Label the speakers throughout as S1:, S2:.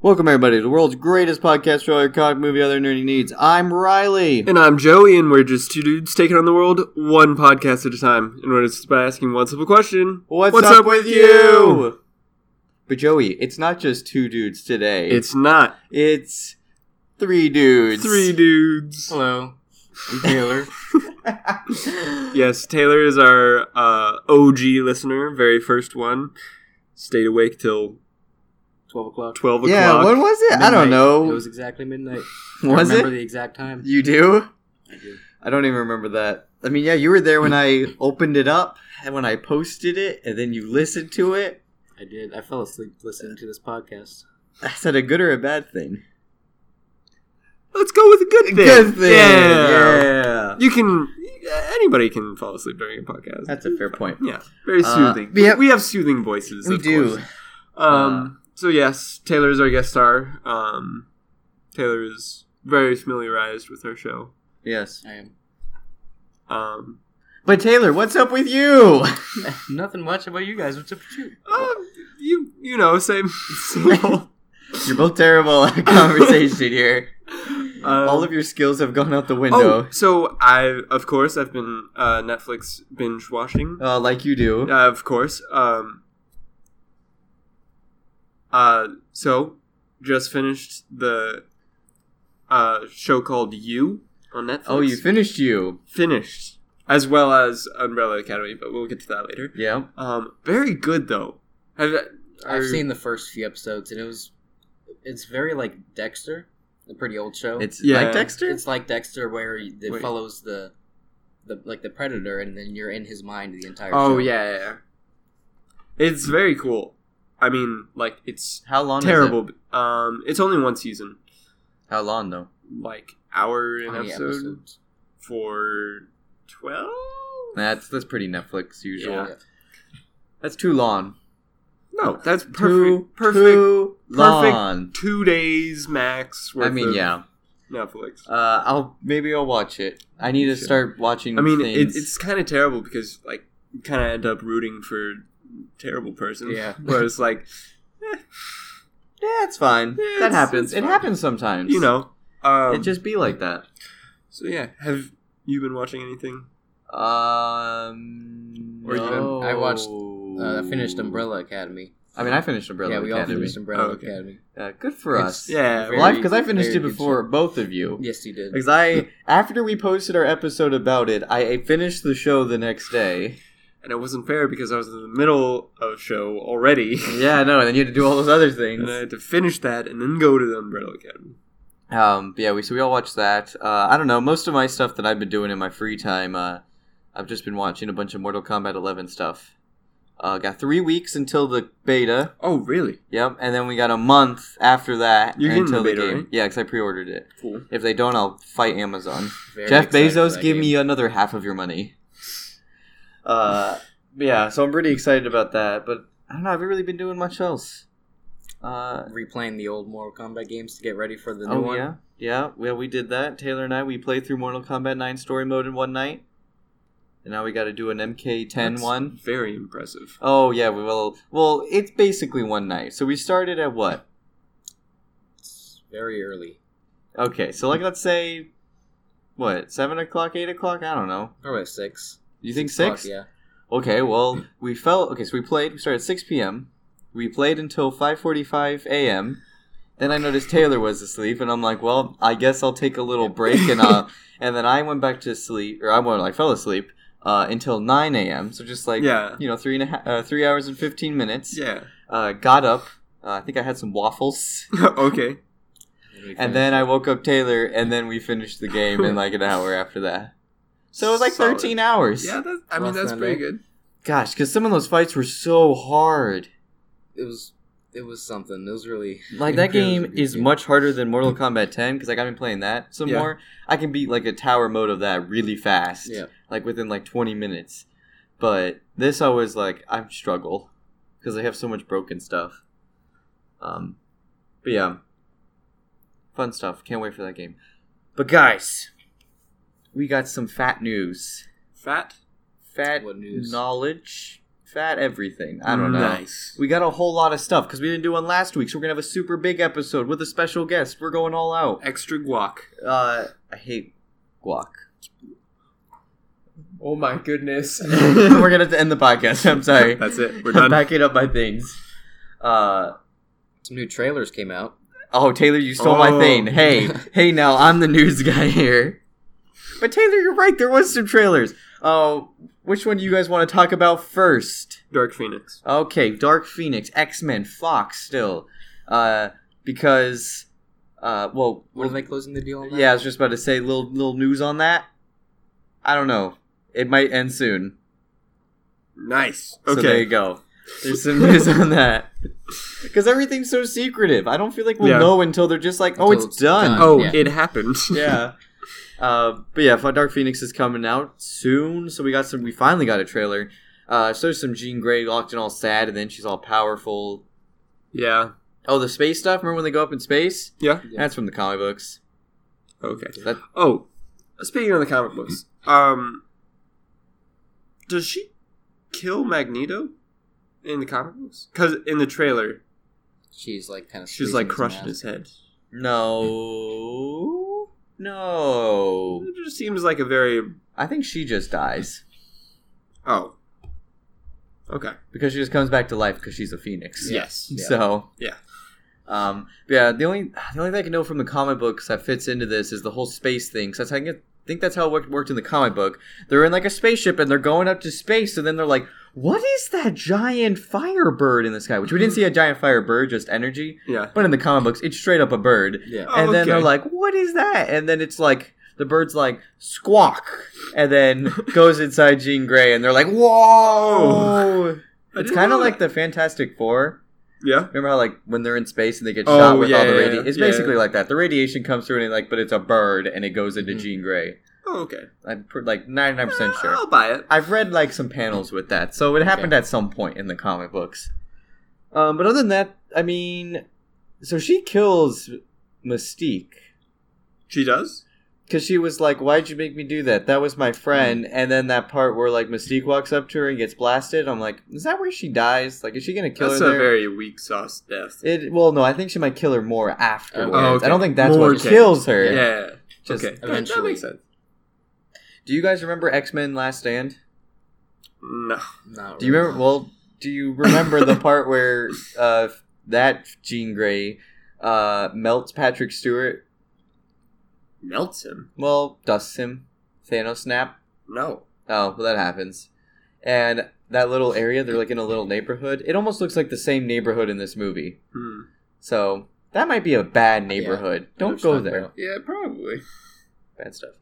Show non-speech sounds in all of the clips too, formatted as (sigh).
S1: Welcome everybody to the world's greatest podcast for all your comic movie other nerdy needs. I'm Riley.
S2: And I'm Joey, and we're just two dudes taking on the world one podcast at a time. And we're just by asking one simple question
S1: What's, up with you? But Joey, it's not just two dudes today.
S2: It's not
S1: it's three dudes. (laughs)
S2: three dudes.
S3: Hello, I'm Taylor.
S2: Yes, Taylor is our uh, OG listener, very first one. Stayed awake till
S3: Twelve o'clock.
S2: 12
S1: yeah,
S2: o'clock.
S1: what was it? I don't
S3: Midnight.
S1: know.
S3: It was
S1: (laughs)
S3: exactly midnight.
S1: Was
S3: I remember
S1: it?
S3: the exact time.
S1: You do?
S3: I do.
S1: I don't even remember that. I mean, yeah, you were there when I opened it up and when I posted it, and then you listened to it.
S3: I did. I fell asleep listening to this podcast.
S1: Is that a good or a bad thing?
S2: Let's go with a good thing.
S1: Good thing.
S2: Yeah.
S1: yeah.
S2: You can, anybody can fall asleep during a podcast.
S1: That's a fair point.
S2: yeah, very
S1: Uh,
S2: soothing.
S1: we have-
S2: we have soothing voices.
S1: We
S2: of
S1: do.
S2: course. Um, so yes, Taylor is our guest star. Um, Taylor is very familiarized with our show.
S1: Yes.
S3: I am
S2: Um,
S1: But Taylor, what's up with you? (laughs)
S3: (laughs) nothing much about you guys. What's up with you?
S1: Oh.
S2: uh, you you know same. (laughs)
S1: (laughs)
S2: same old.
S1: You're both terrible
S2: (laughs)
S1: at conversation here.
S2: Um,
S1: All of your skills have gone out the
S2: oh,
S1: window,
S2: so I of course I've been uh, Netflix binge watching.
S1: uh, like you do.
S2: Uh, of course. Um, uh, so just finished the uh, show called You on Netflix.
S1: oh, you finished you.
S2: finished as well as Umbrella Academy, but we'll get to that later.
S1: Yeah.
S2: Um, very good though. Have,
S3: I've seen the first few episodes, and it was it's very like Dexter, a pretty old show.
S1: It's
S2: Yeah.
S1: like Dexter.
S3: it's like Dexter, where you- it
S2: Wait.
S3: follows the the like the predator, and then you're in his mind the entire.
S2: Oh
S3: show.
S2: yeah, yeah, yeah. it's very cool. I mean, like it's
S1: How long? is it?
S2: terrible. but, Um, it's only one season,
S1: How long though?
S2: like hour
S3: How
S2: an
S1: Oh,
S3: many
S2: episode
S3: episodes?
S2: for twelve.
S1: That's that's pretty Netflix usual.
S2: Yeah.
S1: That's too long.
S2: No, that's perfect.
S1: Too,
S2: perfect.
S1: Too
S2: perfect
S1: long.
S2: Two days max. Worth
S1: I mean,
S2: of
S1: yeah.
S2: Netflix.
S1: Uh, I'll maybe I'll watch it. I need to
S2: Sure.
S1: start watching.
S2: I mean, it,
S1: things.
S2: it's kind of terrible because like you kind of end up rooting for terrible person.
S3: Yeah.
S2: (laughs) Whereas like
S1: yeah, it's fine.
S2: Yeah,
S1: that
S2: it's-
S1: happens.
S2: it's
S1: It
S2: fine.
S1: happens sometimes.
S2: you know, um,
S1: it just be like that.
S2: so yeah. Have you been watching anything?
S1: Um,
S2: Or you
S1: no.
S3: I watched, Uh, I finished Umbrella Academy.
S1: I mean, I finished Umbrella
S3: yeah, we all
S1: Academy.
S3: finished Umbrella
S2: Oh, okay.
S3: Academy.
S1: Uh, good for
S3: It's-
S1: us.
S2: Yeah,
S3: Very-
S1: Well, I because I finished
S3: very
S1: it
S3: good
S1: before both of you.
S3: Yes, you did.
S1: Because I, after we posted our episode about it, I finished the show the next day.
S2: and it wasn't fair because I was in the middle of show already, (laughs)
S1: Yeah, I know. And then you had to do all those other
S2: and I
S1: things.
S2: had to finish that and then go to the Umbrella Academy.
S1: Um, but yeah, we so we all watched that. Uh, I don't know. Most of my stuff that I've been doing in my free time, uh, I've just been watching a bunch of Mortal Kombat 11 stuff. Uh, got three weeks until the beta.
S2: Oh, really?
S1: Yep, and then we got a month after that
S2: You're getting
S1: until
S2: the
S1: the,
S2: beta,
S1: game.
S2: right?
S1: Yeah, because I pre-ordered it.
S2: Cool.
S1: If they don't, I'll fight Amazon.
S3: Very
S1: Jeff
S3: excited for
S1: Bezos,
S3: that
S1: give
S3: game.
S1: me another half of your money. Uh, yeah, so I'm pretty excited about that, but I don't know. I've really been doing much else. Uh,
S3: replaying the old Mortal Kombat games to get ready for the new
S1: oh
S3: one.
S1: yeah, yeah. Well, we did that. Taylor and I we played through Mortal Kombat 9 story mode in one night, and now we got to do an MK10
S2: That's
S1: one.
S2: Very impressive.
S1: Oh yeah, we will. Well, it's basically one night. So we started at what?
S3: It's very early.
S1: Okay, so like let's say, what seven o'clock, eight o'clock? I don't know.
S3: Probably six.
S1: You think
S3: o'clock,
S1: six?
S3: yeah.
S1: Okay, well, we fell. Okay, so we played. We started at 6 p.m. We played until 5:45 a.m. Then I noticed Taylor was asleep, and I'm like, "Well, I guess I'll take a little break." And uh, and then I went back to sleep, or I went, I fell asleep uh, until 9 a.m. So just like
S2: Yeah.
S1: you know, three and a half, uh, three hours and 15 minutes.
S2: Yeah. (laughs)
S1: Uh, got up. Uh, I think I had some waffles,
S2: okay.
S3: we
S1: and
S3: finished.
S1: then I woke up Taylor, and then we finished the game in like an hour after that. So it was like
S2: (laughs) Solid.
S1: 13 hours.
S2: Yeah, that's, I mean
S3: Rough
S2: that's
S3: man,
S2: pretty
S3: eh?
S2: good.
S1: Gosh, because some of those fights were so hard.
S3: it was it was something. It was really
S1: Like
S3: it
S1: that
S3: really
S1: game
S3: was a good Mm.
S1: is much harder than Mortal Kombat 10 because like I've been playing that some
S2: Yeah.
S1: more. I can beat like a tower mode of that really fast,
S3: Yeah.
S1: like within like 20 minutes. But this I was like I struggle because I have so much broken stuff. Um, but yeah, fun stuff. Can't wait for that game. But guys, we got some fat news,
S2: Fat.
S1: fat
S3: What news?
S1: knowledge, fat everything. I don't know.
S2: Nice.
S1: We got a whole lot of stuff because we didn't do one last week, so we're gonna have a super big episode with a special guest. We're going all out.
S2: Extra guac.
S1: Uh, I hate
S2: (laughs)
S1: guac. (laughs)
S4: Oh my goodness.
S2: (laughs)
S1: we're gonna have to end the podcast. I'm sorry.
S2: That's
S1: (laughs)
S2: it. We're done.
S1: Backing up my things. Uh,
S3: Some new trailers came out.
S1: oh, Taylor, you stole my
S2: Oh.
S1: thing.
S2: (laughs)
S1: Hey, hey, now I'm the news guy here. But Taylor, you're right. There was some trailers. Oh, which one do you guys want to talk about first?
S2: Dark Phoenix.
S1: Okay, Dark Phoenix, X Men, Fox, still, uh, because, uh, well,
S3: Were they closing the deal on that?
S1: yeah, I was just about to say little little news on that. I don't know. It might end soon.
S2: Nice.
S1: So there you
S2: Okay.
S1: go. There's some news on that. (laughs) Because everything's so secretive. I don't feel like we'll
S2: Yeah.
S1: know until they're just like, oh,
S3: Until
S1: it's,
S3: it's
S1: done.
S3: done.
S2: oh,
S3: Yeah.
S2: it happened.
S1: (laughs) yeah. Uh, but yeah, Dark Phoenix is coming out soon, so we got some. We finally got a trailer. Uh, so there's some Jean Grey locked and all sad, and then she's all powerful.
S2: (laughs) yeah.
S1: Oh, the space stuff. Remember when they go up in space?
S2: Yeah.
S1: That's from the comic books.
S2: Okay.
S1: That-
S2: Oh, speaking of the comic books, um, does she kill Magneto in the comic books? Because in the trailer,
S3: She's like kind of.
S2: she's like crushing his head.
S1: No, no.
S2: It just seems like a very
S1: I think she just dies
S2: oh, okay,
S1: because she just comes back to life because she's a phoenix.
S2: yes,
S3: Yeah.
S1: So
S2: Yeah.
S1: um, yeah. The only the only thing I can know from the comic books that fits into this is the whole space thing. So that's how I get- think that's how it worked, worked in the comic book. They're in like a spaceship and they're going up to space, and then they're like, "What is that giant firebird in the sky?" Which we didn't see a giant firebird, just energy.
S2: yeah.
S1: But in the comic books, it's straight up a bird.
S3: Yeah.
S2: Oh,
S1: and then they're
S2: okay.
S1: like, "What is that?" And then it's like the bird's like squawk, and
S2: (laughs)
S1: then goes inside Jean Grey, and they're like,
S2: Oh.
S1: "Whoa!"
S2: I
S1: Oh. It's
S2: didn't
S1: kind
S2: know
S1: of like
S2: that.
S1: the Fantastic Four.
S2: yeah.
S1: Remember how like when they're in space and they get
S2: Oh,
S1: shot with
S2: yeah,
S1: all the
S2: yeah,
S1: radiation?
S2: yeah,
S1: It's
S2: yeah.
S1: basically like that. The radiation comes through and it, like, but it's a bird and it goes into
S2: Mm-hmm.
S3: Mhm.
S1: Jean Grey.
S2: Oh, okay.
S1: I'm pr- like ninety nine percent
S2: Eh,
S1: sure.
S2: I'll buy it.
S1: I've read like some panels with that, so it happened at some point in the comic books. Um, but other than that, I mean, so she kills Mystique
S2: She does.
S1: because she was like, "Why'd you make me do that? That was my
S2: Mm.
S1: friend." And then that part where like Mystique walks up to her and gets blasted, I'm like, "Is that where she dies? Like, is she gonna kill
S2: That's
S1: her?"
S2: a
S1: there?
S2: very weak sauce death.
S1: it well, no, I think she might kill her more afterwards.
S2: Oh, okay.
S1: I don't think that's
S2: More
S1: what
S2: okay.
S1: kills her.
S2: yeah.
S1: Just-
S2: okay. That- That
S3: Eventually.
S2: makes sense.
S1: Do you guys remember X Men: Last Stand?
S2: No.
S3: Not
S1: Oh! Do you
S3: really.
S1: remember? Well, do you remember
S2: (laughs)
S1: the part where uh, that Jean Grey uh, melts Patrick Stewart?
S2: Melts him.
S1: Well, dusts him. Thanos snap.
S2: No.
S1: Oh, well, that happens. And that little area, they're like in a little neighborhood. It almost looks like the same neighborhood in this movie.
S2: Hmm.
S1: So that might be a bad neighborhood.
S3: I know
S1: Don't
S3: what
S1: go
S3: you're talking
S1: there.
S3: about.
S2: Yeah, probably.
S1: Bad stuff.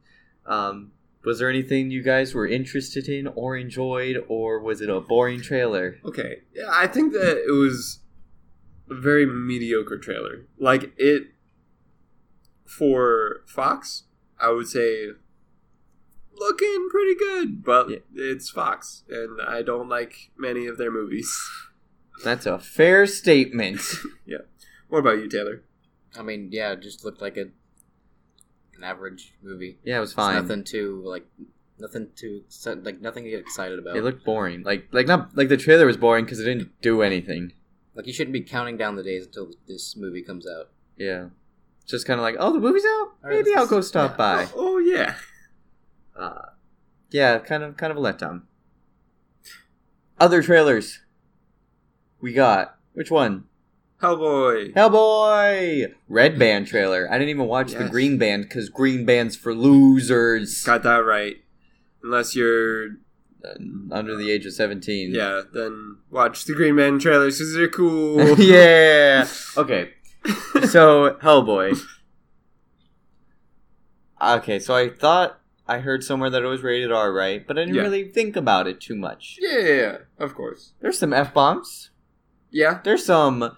S1: Um, was there anything you guys were interested in or enjoyed, or was it a boring trailer?
S2: Okay. Yeah, I think that it was a very mediocre trailer. Like it for Fox, I would say looking pretty good, but
S1: Yeah.
S2: it's Fox and I don't like many of their movies. (laughs)
S1: That's a fair
S3: (laughs)
S1: statement.
S2: What about you, Taylor?
S3: I mean, yeah, it just looked like a an average movie.
S1: Yeah, it was
S3: It's
S1: fine.
S3: nothing too like nothing too exci- like nothing to get excited about.
S1: It looked boring. Like like not like the trailer was boring because it didn't do anything.
S3: like you shouldn't be counting down the days until this movie comes out.
S1: Yeah, It's just kind of like oh the movie's out.
S3: right,
S1: Maybe I'll
S3: let's-
S1: go stop
S3: yeah.
S1: by.
S2: Oh, oh, yeah.
S1: Uh, yeah, kind of kind of a letdown. Other trailers we got. Which one?
S2: Hellboy.
S1: Hellboy Red Band trailer. I didn't even watch the
S2: Yes.
S1: Green Band because Green Band's for losers
S2: Got that right. Unless you're
S1: Uh, under the age of seventeen.
S2: yeah, then watch the Green Man trailers because
S1: (laughs)
S2: they're cool.
S1: (laughs) yeah.
S2: (laughs)
S1: Okay. so Hellboy. Okay, so I thought I heard somewhere that it was rated R, right? But I didn't
S2: Yeah.
S1: really think about it too much.
S2: Yeah, of course.
S1: There's some f bombs.
S2: Yeah.
S1: There's some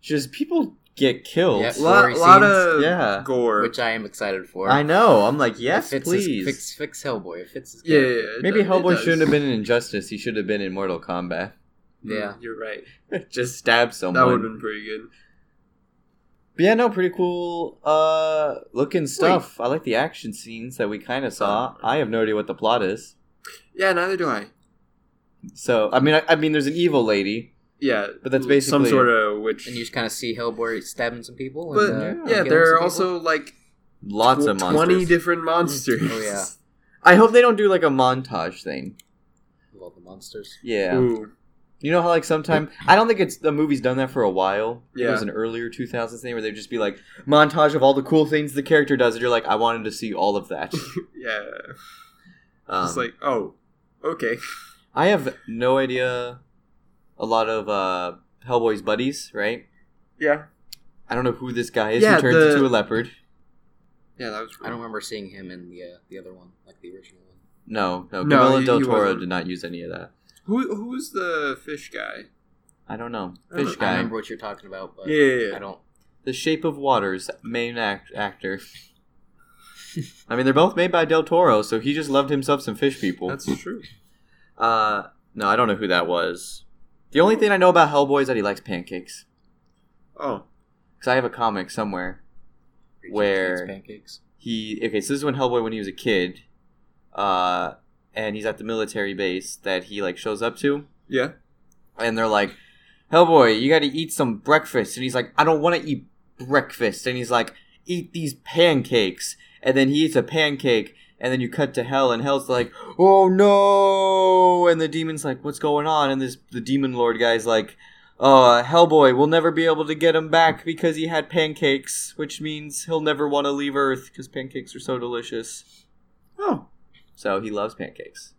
S1: just people get killed.
S3: Yeah,
S1: Yeah,
S2: A lot,
S3: Gory
S2: lot
S3: scenes.
S2: of
S1: Yeah.
S2: gore.
S3: Which I am excited for.
S1: I know. I'm like, yes,
S3: It fits his-
S1: please.
S3: fix fix Hellboy. It fits his
S2: yeah, yeah,
S3: character.
S2: it
S1: Maybe
S2: does- it
S1: Hellboy
S2: does.
S1: shouldn't have been in Injustice. He should have been in Mortal Kombat. (laughs)
S2: Mm,
S3: Yeah.
S2: you're right.
S1: just stab
S2: That would
S1: someone.
S2: have been pretty good.
S1: But yeah, no, pretty cool uh looking stuff. I like the action scenes that we kind of saw. I have no idea what the plot is.
S2: Yeah, neither do I.
S1: So I mean, I, I mean, there's an evil lady,
S2: Yeah,
S1: but that's
S2: some
S1: basically
S2: sort of witch.
S3: And you just kind of see Hellboy stabbing some people.
S2: but
S3: and, uh,
S2: yeah,
S3: killing
S2: there are
S3: some
S2: also like
S1: lots
S2: tw-
S1: of monsters.
S2: twenty different monsters.
S3: Oh, yeah.
S1: I hope they don't do like a montage thing.
S3: people. Of all the monsters.
S1: (laughs) Yeah,
S2: Ooh.
S1: you know how like sometime I don't think it's the movie's done that for a while. it was an
S2: Yeah.
S1: earlier 2000s thing where they'd just be like montage of all the cool things the character does, and you're like, I wanted to see all of
S2: (laughs)
S1: that.
S2: yeah.
S1: Um,
S2: It's like oh, okay.
S1: I have no idea. A lot of uh, Hellboy's buddies, right?
S2: Yeah,
S1: I don't know who this guy is
S2: Yeah,
S1: who turns
S2: the-
S1: into a leopard.
S2: yeah, that was.
S3: I don't remember seeing him in the uh, the other one, like the original one.
S1: No, no,
S2: No,
S1: Camilla
S2: he-
S1: Del
S2: he
S1: Toro
S2: wasn't.
S1: did not use any of that.
S2: Who who's the fish guy?
S1: I don't know.
S2: I don't-
S1: Fish
S3: I
S1: guy,
S3: remember what you're talking about, but
S2: Yeah, yeah, yeah.
S3: I don't.
S1: The Shape of Waters main act- actor. I mean, they're both made by Del Toro, so he just loved himself some fish people.
S2: That's true.
S1: Uh, no, I don't know who that was. The only thing I know about Hellboy is that he likes pancakes.
S2: Oh,
S1: Cause I have a comic somewhere Where-
S3: pancakes?
S1: he okay so this is when hellboy when he was a kid uh and he's at the military base that he like shows up to
S2: yeah.
S1: and they're like hellboy you gotta eat some breakfast and he's like i don't want to eat breakfast and he's like eat these pancakes and then he eats a pancake and then you cut to hell and hell's like oh no and the demon's like what's going on and this the demon lord guy's like uh hellboy will never be able to get him back because he had pancakes which means he'll never want to leave earth because pancakes are so delicious
S2: Oh,
S1: so he loves pancakes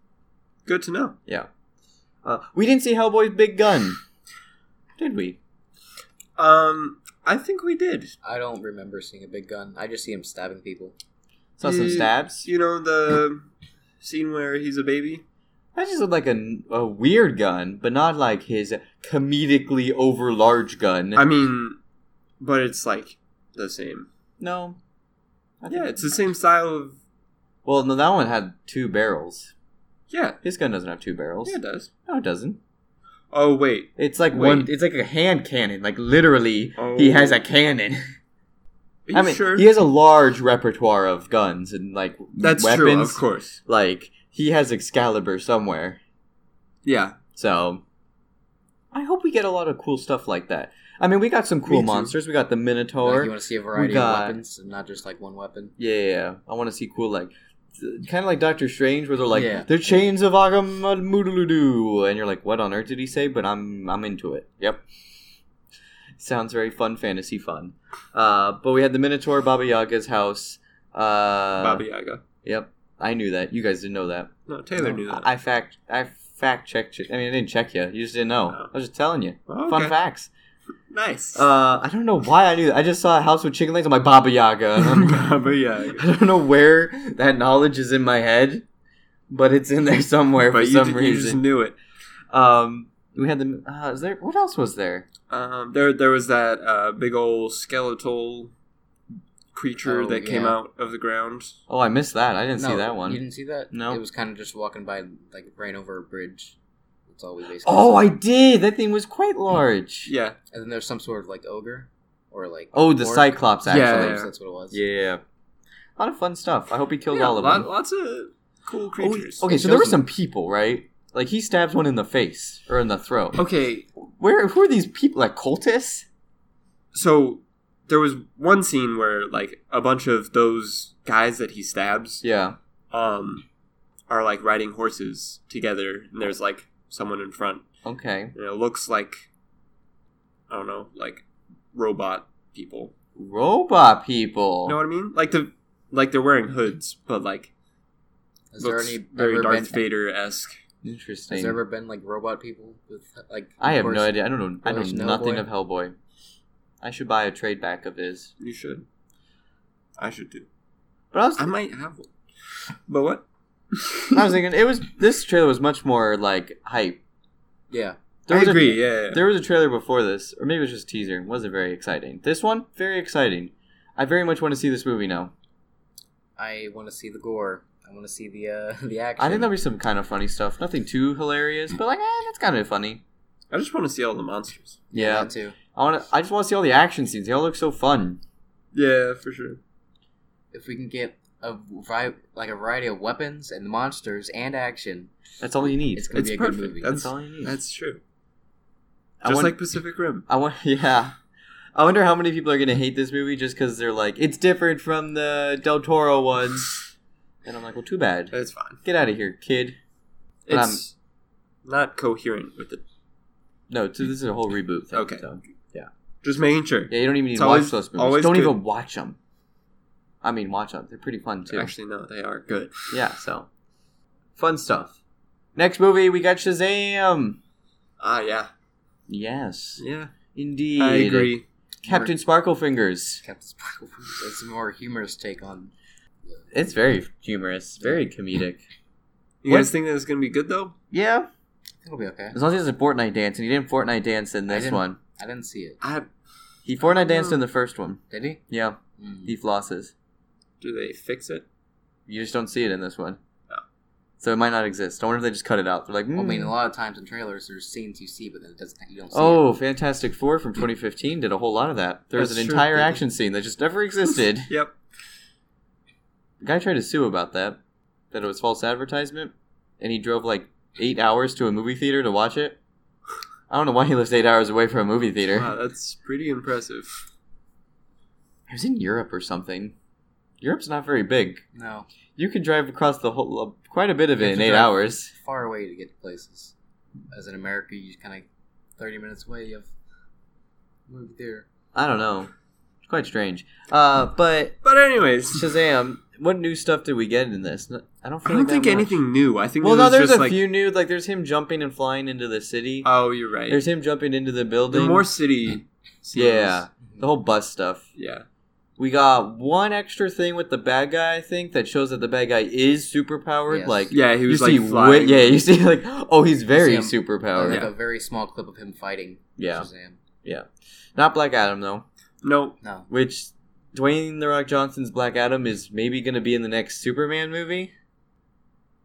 S2: good to know.
S1: yeah uh, we didn't see hellboy's big gun did we
S2: Um, I think we did.
S3: I don't remember seeing a big gun. I just see him stabbing people.
S1: saw some
S2: Mm.
S1: stabs
S2: You know the scene where he's a baby.
S1: That just looked like a, a weird gun, but not like his comedically over large gun.
S2: I mean, but it's like the same.
S1: no. I think-
S2: Yeah, it's the same style of.
S1: Well, no, that one had two barrels.
S2: Yeah,
S1: His gun doesn't have two barrels.
S2: yeah, it does.
S1: No, it doesn't.
S2: Oh wait,
S1: It's like
S2: Wait.
S1: one. It's like a hand cannon. Like literally,
S2: Oh.
S1: he has a cannon.
S2: are you
S1: I mean,
S2: sure?
S1: he has a large repertoire of guns and like
S2: That's
S1: weapons.
S2: true, of course.
S1: Like he has Excalibur somewhere.
S2: Yeah,
S1: So I hope we get a lot of cool stuff like that. I mean, we got some cool
S2: too.
S1: monsters. We got the Minotaur.
S3: like, you want to see a variety
S1: got-
S3: of weapons and not just like one weapon.
S1: Yeah, yeah, yeah. I want to see cool like kind of like Doctor Strange where they're like
S3: Yeah.
S1: the chains of Agamemnuduludu and you're like what on earth did he say but I'm I'm into it. Yep. Sounds very fun fantasy fun. Uh but we had the Minotaur Baba Yaga's house. Uh
S2: Baba Yaga.
S1: Yep. I knew that. You guys didn't know that.
S2: No, Taylor knew that.
S1: I, I fact I fact checked you. I mean I didn't check you. You just didn't know.
S2: Oh.
S1: I was just telling you.
S2: Oh,
S1: Fun
S2: okay.
S1: facts.
S2: Nice. (laughs)
S1: Uh (laughs) I don't know why I knew that. I just saw a house with chicken legs on my Baba Yaga. (laughs) and I'm-
S2: (laughs) Baba Yaga.
S1: I don't know where that knowledge is in my head, but it's in there somewhere
S2: But
S1: for
S2: you,
S1: some
S2: did- you just
S1: reason.
S2: knew it.
S1: Um, we had the. Uh, is there? What else was there?
S2: Um, there, there was that uh, big old skeletal creature
S3: Oh,
S2: that came
S3: yeah.
S2: out of the ground.
S1: Oh, I missed that. I didn't see
S3: No,
S1: that one.
S3: You didn't see that?
S1: No.
S3: It was kind of just walking by, like ran over a bridge. That's all we basically.
S1: Oh,
S3: saw.
S1: I did. That thing was quite large.
S2: Yeah,
S3: And then there's some sort of like ogre or like.
S1: Oh, the
S3: orc.
S1: Cyclops.
S2: Yeah.
S1: Actually.
S3: Cyclops, That's what it was.
S1: Yeah. A lot of fun stuff. I hope he kills
S2: Yeah,
S1: all of
S2: lot-
S1: them.
S2: Lots of cool
S1: Oh,
S2: creatures.
S1: okay,
S3: He
S1: so there were
S3: kills them.
S1: some people, right? Like he stabs one in the face or in the throat.
S2: Okay,
S1: Where? Who are these people? Like cultists?
S2: so there was one scene where like a bunch of those guys that he stabs
S1: Yeah.
S2: um are like riding horses together and there's like someone in front
S1: Okay.
S2: and it looks like i don't know like robot people
S1: Robot people.
S2: you know what i mean like the like they're wearing hoods but like
S3: Has there
S2: looks
S3: any
S2: very
S3: ever
S2: darth
S3: been,
S2: vader-esque
S1: Interesting.
S3: Has there ever been like robot people with like?
S1: I have
S3: horse-
S1: no idea. I don't know. I know
S3: Hellboy?
S1: nothing of Hellboy. I should buy a trade back of his.
S2: you should i should do
S1: But I was,
S2: i might have one but what
S1: I was thinking it was this trailer was much more like hype.
S3: Yeah.
S1: There
S2: (laughs) i
S1: was a-
S2: agree yeah, yeah, yeah.
S1: There was a trailer before this, or maybe it was just a teaser. It wasn't very exciting. This one, very exciting. I very much want to see this movie now.
S3: I want to see the gore. I want to see the uh, (laughs) the action.
S1: I think there'll be some kind of funny stuff. Nothing too hilarious, but like, eh, that's kind of funny.
S2: i just want to see all the monsters
S1: Yeah,
S3: that too.
S1: I want. to. I just want to see all the action scenes. They all look so fun.
S2: yeah for sure
S3: If we can get a vari- like a variety of weapons and monsters and action.
S1: That's all you need.
S3: It's gonna
S2: It's
S3: be a
S2: perfect.
S3: good movie.
S2: That's-
S1: That's all you need.
S2: That's true.
S1: I
S2: Just
S1: want-
S2: like Pacific Rim.
S1: I want, (laughs) yeah. I wonder how many people are gonna hate this movie just because they're like, it's different from the Del Toro ones. And I'm like, well, too bad.
S2: It's fine.
S1: Get out of here, kid. But I'm-
S2: It's not coherent with it.
S1: No, so this is a whole reboot. Thing,
S2: Okay.
S1: so.
S2: Just making sure.
S1: Yeah, you don't even need
S2: It's
S1: to
S2: always-
S1: watch those movies.
S2: always
S1: Don't
S2: good.
S1: even watch them. I mean, watch them. They're pretty fun too.
S2: Actually, no, they are good.
S1: Yeah, so fun stuff. Next movie, we got Shazam.
S2: Ah, yeah,
S1: Yes,
S2: yeah.
S1: indeed.
S2: I agree.
S1: Captain Sparklefingers.
S3: Captain Sparkle. It's a more humorous take on.
S1: It's very humorous, very
S2: (laughs)
S1: comedic.
S2: You
S1: What-
S2: guys think that it's gonna be good though?
S1: Yeah,
S3: It'll be okay.
S1: as long as he doesn't Fortnite dance, and he didn't Fortnite dance in
S3: I
S1: this
S3: didn't.
S1: one.
S3: I didn't see it.
S2: I
S1: He Fortnite danced
S2: No.
S1: in the first one.
S3: Did he?
S1: Yeah,
S3: Mm.
S1: he flosses.
S2: do they fix it?
S1: You just don't see it in this one.
S2: No.
S1: So it might not exist. I wonder if they just cut it out. They're like,
S3: Oh. Well, I mean,
S1: "Mm."
S3: a lot of times in trailers, there's scenes you see, but then it doesn't. You don't see it.
S1: Oh, Fantastic Four from 2015 did a whole lot of that. There was
S2: That's
S1: an
S2: true,
S1: entire
S2: they did.
S1: action scene that just
S3: (laughs)
S1: never existed.
S2: Yep.
S1: the guy tried to sue about that, that it was false advertisement, and he drove like eight hours to a movie theater to watch it. I don't know why he lives eight hours away from a movie theater.
S2: Wow, that's pretty impressive.
S1: He was in Europe or something. Europe's not very big.
S3: No,
S1: You can drive across the whole, uh, quite a bit of
S3: You
S1: it
S3: have
S1: in
S3: to
S1: eight
S3: drive-
S1: hours.
S3: far away to get to places. As in America, you kind of thirty minutes away of movie theater.
S1: I don't know. It's quite strange. Uh, but (laughs)
S2: But anyways,
S1: Shazam, what new stuff did we get in this? N- I don't.
S2: I
S1: Feel
S2: don't
S1: like that
S2: think
S1: much.
S2: anything new. I think
S1: Well,
S2: this
S1: no,
S2: is
S1: there's a
S2: just like,
S1: few new. Like, there's him jumping and flying into the city.
S2: Oh, you're right.
S1: there's him jumping into the
S2: the
S1: building.
S2: more city. scenes.
S1: yeah, the whole bus stuff.
S2: Yeah.
S1: We got one extra thing with the bad guy. I think that shows that the bad guy is superpowered.
S3: Yes.
S1: Like,
S2: Yeah. He was
S1: you
S2: like
S1: see,
S2: flying.
S1: wi- yeah, you see, (laughs) like, oh, he's very
S3: him. Or
S1: superpowered.
S3: like
S1: Oh, Yeah.
S2: Yeah.
S3: a very small clip of him fighting Shazam.
S1: not Black Adam though.
S2: No.
S3: No,
S1: Which Dwayne the Rock Johnson's Black Adam is maybe going to be in the next Superman movie.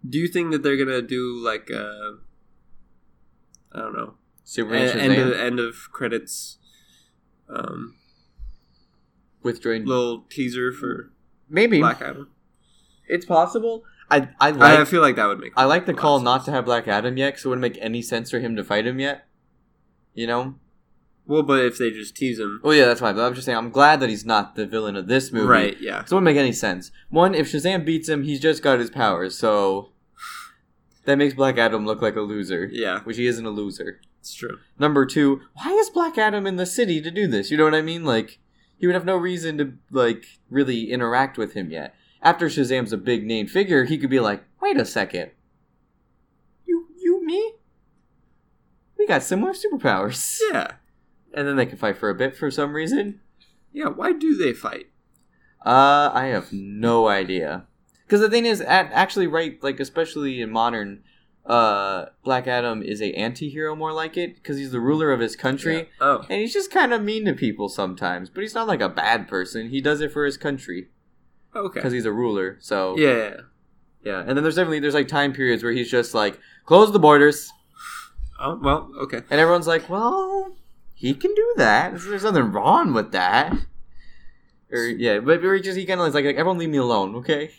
S2: Do you think that they're gonna do like a? I don't know.
S1: Superman
S2: a-
S1: Shazam
S2: end of, end of credits. Um,
S1: with Dwayne.
S2: little teaser for
S1: maybe
S2: Black Adam.
S1: It's possible. I I like
S2: I, I feel like that would make.
S1: I like the
S2: a lot of
S1: call
S2: sense.
S1: not to have Black Adam yet, because it wouldn't make any sense for him to fight him yet. You know?
S2: Well, but if they just tease him,
S1: Oh yeah, that's fine. But I'm just saying, I'm glad that he's not the villain of this movie.
S2: right? Yeah.
S1: So it wouldn't make any sense. One, if Shazam beats him, he's just got his powers, so that makes Black Adam look like a loser,
S2: Yeah,
S1: which he isn't a loser.
S2: it's true.
S1: Number two, why is Black Adam in the city to do this? You know what I mean? Like, he would have no reason to like really interact with him yet. After Shazam's a big name figure, he could be like, "Wait a second, you, you, me, we got similar superpowers."
S2: Yeah,
S1: And then they can fight for a bit for some reason.
S2: yeah. Why do they fight?
S1: Uh, I have no idea. Because the thing is, at, actually, right, like especially in modern, uh, Black Adam is a anti-hero more like it because he's the ruler of his country.
S3: Yeah.
S2: Oh,
S1: And he's just kind of mean to people sometimes, but he's not like a bad person. He does it for his country
S2: okay.
S1: because he's a ruler. So
S2: Yeah, yeah.
S1: yeah. And then there's definitely there's like time periods where he's just like close the borders,
S2: Oh, well, okay.
S1: and everyone's like, well, he can do that. There's nothing wrong with that. Or yeah, but or he just he kind of is like, like everyone leave me alone, okay?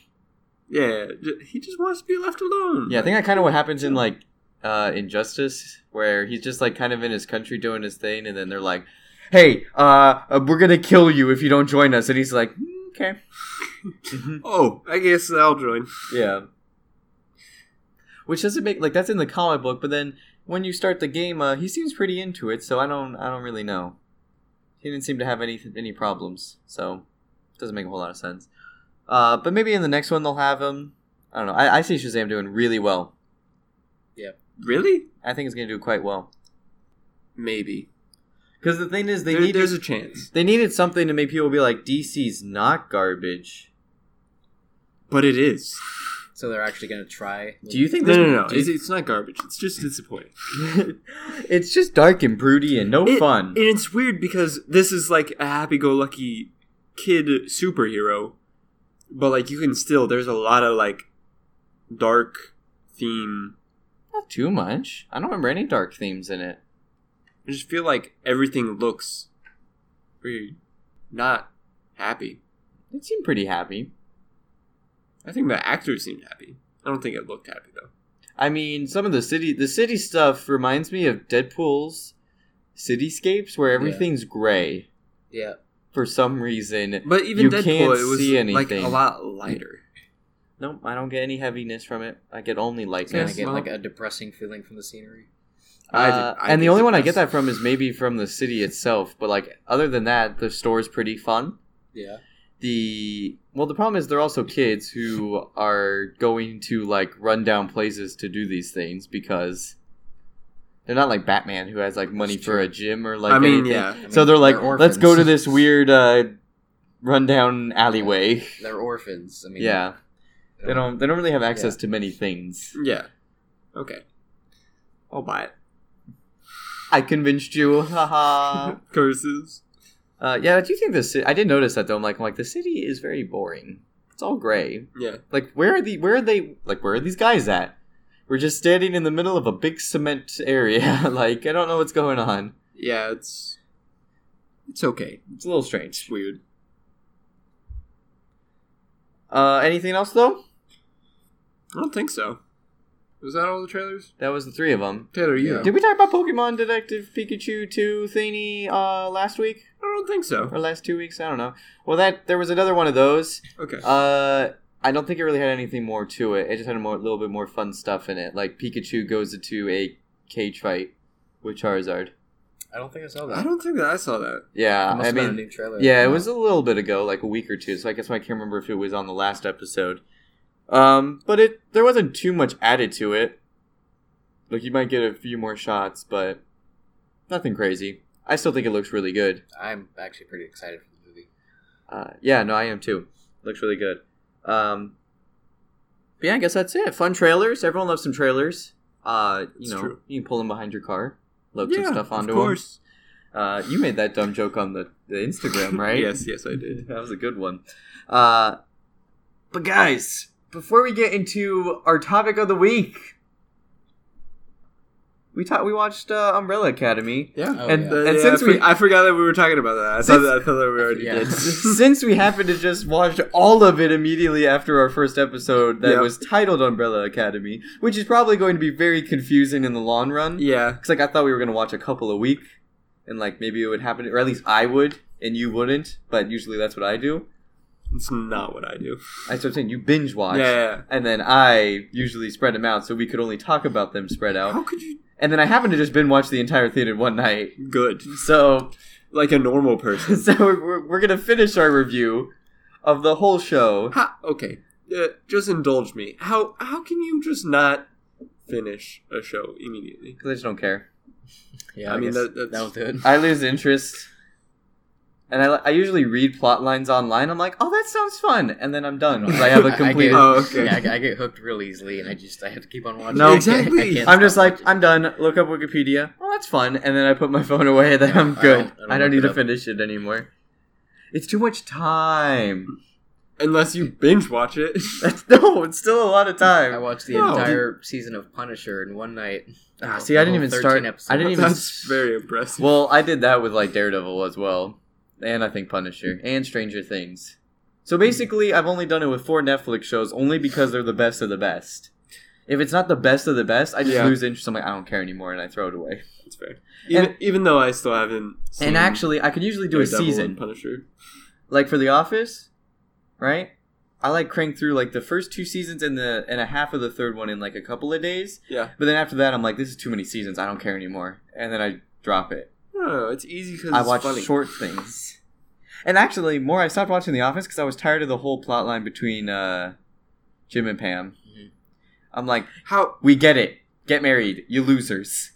S2: Yeah, yeah, j- he just wants to be left alone.
S1: Yeah, I think that kind of what happens in like uh Injustice, where he's just like kind of in his country doing his thing, and then they're like, hey, uh, uh, we're gonna kill you if you don't join us, and he's like, "Mm, okay.
S2: Oh, I guess I'll join.
S1: Yeah. Which doesn't make like that's in the comic book, but then when you start the game, uh, he seems pretty into it, so I don't I don't really know. He didn't seem to have any any problems, so it doesn't make a whole lot of sense. Uh, but maybe in the next one they'll have him. I don't know. I, I see Shazam doing really well.
S2: Really?
S1: I think he's gonna do quite well.
S2: Maybe.
S1: Because the thing is, they
S2: There-
S1: need
S2: there's a chance,
S1: they needed something to make people be like DC's not garbage.
S2: but it is.
S3: so they're actually gonna try.
S1: Do you think
S2: No,
S1: this?
S2: no, no.
S1: do
S2: It's,
S1: you-
S2: it's not garbage. It's just disappointing.
S1: (laughs) it's just dark and broody and no
S2: It-
S1: fun.
S2: And it's weird because this is like a happy-go-lucky kid superhero, but like you can still there's a lot of like dark theme.
S1: Not too much. I don't remember any dark themes in it.
S2: I just feel like everything looks pretty not happy.
S1: It seemed pretty happy.
S2: I think the actors seemed happy. I don't think it looked happy though.
S1: I mean, some of the city the city stuff reminds me of Deadpool's cityscapes where everything's gray
S3: Yeah.
S1: for some reason.
S2: But even
S1: You
S2: Deadpool,
S1: can't
S2: it was
S1: see
S2: like
S1: anything.
S2: a lot lighter.
S1: Nope, I don't get any heaviness from it. I get only
S3: It's gonna
S1: lightness.
S2: Yes,
S3: get
S2: well-
S3: like a depressing feeling from the scenery.
S2: I did-
S1: Uh,
S2: I
S1: and the
S2: did
S1: only one I
S2: depressed.
S1: get that from is maybe from the city itself. But like other than that, the store's pretty fun.
S3: Yeah.
S1: The well, the problem is they're also kids who are going to like rundown places to do these things because they're not like Batman who has like money
S3: That's
S1: for
S3: true.
S1: a gym or like
S2: I mean,
S1: anything.
S2: yeah.
S3: I mean,
S1: So they're like, let's go to (laughs)
S3: orphans.
S1: this weird uh, rundown alleyway.
S3: They're orphans. I mean,
S1: Yeah, they don't they don't really have access
S3: Yeah.
S1: to many things.
S2: Yeah. Okay. I'll buy it.
S1: I convinced you, (laughs) haha.
S2: (laughs) Curses.
S1: Uh, yeah, I do think this. I did notice that though. I'm like, I'm like the city is very boring. It's all gray.
S2: Yeah.
S1: Like, where are the where are they? Like, where are these guys at? We're just standing in the middle of a big cement area. (laughs) like, I don't know what's going on.
S2: Yeah, it's it's okay.
S1: It's a little strange.
S2: Weird.
S1: Uh, anything else though?
S2: I don't think so. Was that all the trailers?
S1: That was the three of them.
S2: Taylor, you?
S3: Yeah.
S1: Did we talk about Pokemon Detective Pikachu two thingy uh, last week
S2: I don't think so.
S1: or last two weeks? I don't know. Well, that there was another one of those.
S2: Okay.
S1: Uh, I don't think it really had anything more to it. It just had a more, little bit more fun stuff in it. Like Pikachu goes into a cage fight with Charizard.
S3: I don't think I saw that.
S2: I don't think that I saw that.
S1: Yeah,
S3: Must
S1: I
S3: have been a
S1: mean,
S3: new trailer.
S1: yeah, it
S2: uh,
S1: was a little bit ago, like a week or two. So I guess I can't remember if it was on the last episode. Um, but it there wasn't too much added to it. Like you might get a few more shots, but nothing crazy. I still think it looks really good.
S3: I'm actually pretty excited for the movie.
S1: Uh, yeah, no, I am too. Looks really good. Um, but yeah, I guess that's it. Fun trailers. Everyone loves some trailers. Uh, you
S2: It's
S1: know,
S2: true.
S1: you can pull them behind your car, load some stuff onto
S2: of course.
S1: them. Uh, you made that dumb joke on the, the
S2: (laughs)
S1: Instagram, right?
S2: Yes, yes, I did.
S1: that was a good one. Uh, but guys, before we get into our topic of the week, we ta- we watched uh, Umbrella
S2: (laughs)
S1: Academy.
S2: Yeah.
S3: Oh,
S1: And
S3: yeah.
S1: the-
S2: Uh,
S1: And
S2: yeah,
S1: since
S2: I for-
S1: we-
S2: I forgot that we were talking about that. I thought
S1: Since-
S2: that, I thought that we already
S3: Yeah.
S2: did.
S1: (laughs) since we happened to just watch all of it immediately after our first episode that
S2: Yep.
S1: was titled Umbrella Academy, which is probably going to be very confusing in the long run.
S2: yeah.
S1: Cause like I thought we were gonna watch a couple a week, and like maybe it would happen, or at least I would, and you wouldn't. But usually that's what I do.
S2: It's not what I do.
S1: I started saying you binge watch,
S2: Yeah, yeah.
S1: and then I usually spread them out, so we could only talk about them spread out.
S2: How could you?
S1: And then I happened to just binge watch the entire theater one night.
S2: Good.
S1: So (laughs)
S2: Like a normal person.
S1: so we're, we're gonna finish our review of the whole show.
S2: How, okay, uh, just indulge me. How how can you just not finish a show immediately?
S1: Cause I just don't care.
S3: yeah,
S2: I
S3: I,
S2: mean,
S3: mean,
S2: that-
S3: that,
S2: that's-
S3: will do it.
S1: I lose interest. And I, I usually read plot lines online. I'm like, oh, that sounds fun. And then I'm done because I have a
S3: (laughs) I- I
S1: completed.
S3: get-
S2: Oh, okay.
S3: Yeah, I, I get hooked real easily, and I just I have to keep on watching.
S1: No,
S3: I can't-
S2: exactly.
S3: I can't
S1: I'm just
S3: stop
S1: like,
S3: watching.
S1: I'm done. Look up Wikipedia. Well, that's fun. And then I put my phone away. (laughs) Then
S3: Yeah,
S1: I'm
S3: I don't-
S1: good. I
S3: I
S1: don't,
S3: don't look
S1: need
S3: it
S1: to
S3: up.
S1: finish it anymore. It's too much time.
S2: Unless you binge watch it.
S1: (laughs) That's, no, it's still a lot of
S3: I
S1: time.
S3: watched the
S2: No.
S3: entire season of Punisher in one night.
S1: Ah,
S3: Oh,
S1: see, I
S3: the
S1: didn't
S3: whole
S1: even
S3: 13
S1: start- I
S3: episodes.
S1: didn't even-
S2: That's very impressive.
S1: Well, I did that with like Daredevil as well, and I think Punisher and Stranger Things. So basically, I've only done it with four Netflix shows, only because they're the best of the best. If it's not the best of the best, I just
S2: Yeah.
S1: lose interest. I'm like, I don't care anymore, and I throw it away. Mm-hmm.
S2: That's fair. Even, even though I still haven't. Seen
S1: and actually, I could usually do a
S2: Daredevil and
S1: season,
S2: Punisher.
S1: like for The Office, right? I like crank through like the first two seasons and the and a half of the third one in like a couple of days.
S2: Yeah.
S1: But then after that, I'm like, this is too many seasons. I don't care anymore, and then I drop it.
S2: No, it's easy because
S1: I watch
S2: funny.
S1: short things. And actually, more I stopped watching The Office because I was tired of the whole plot line between uh, Jim and Pam.
S3: Mhm.
S1: I'm like,
S2: Mm-hmm. How?
S1: we get it, get married, you losers.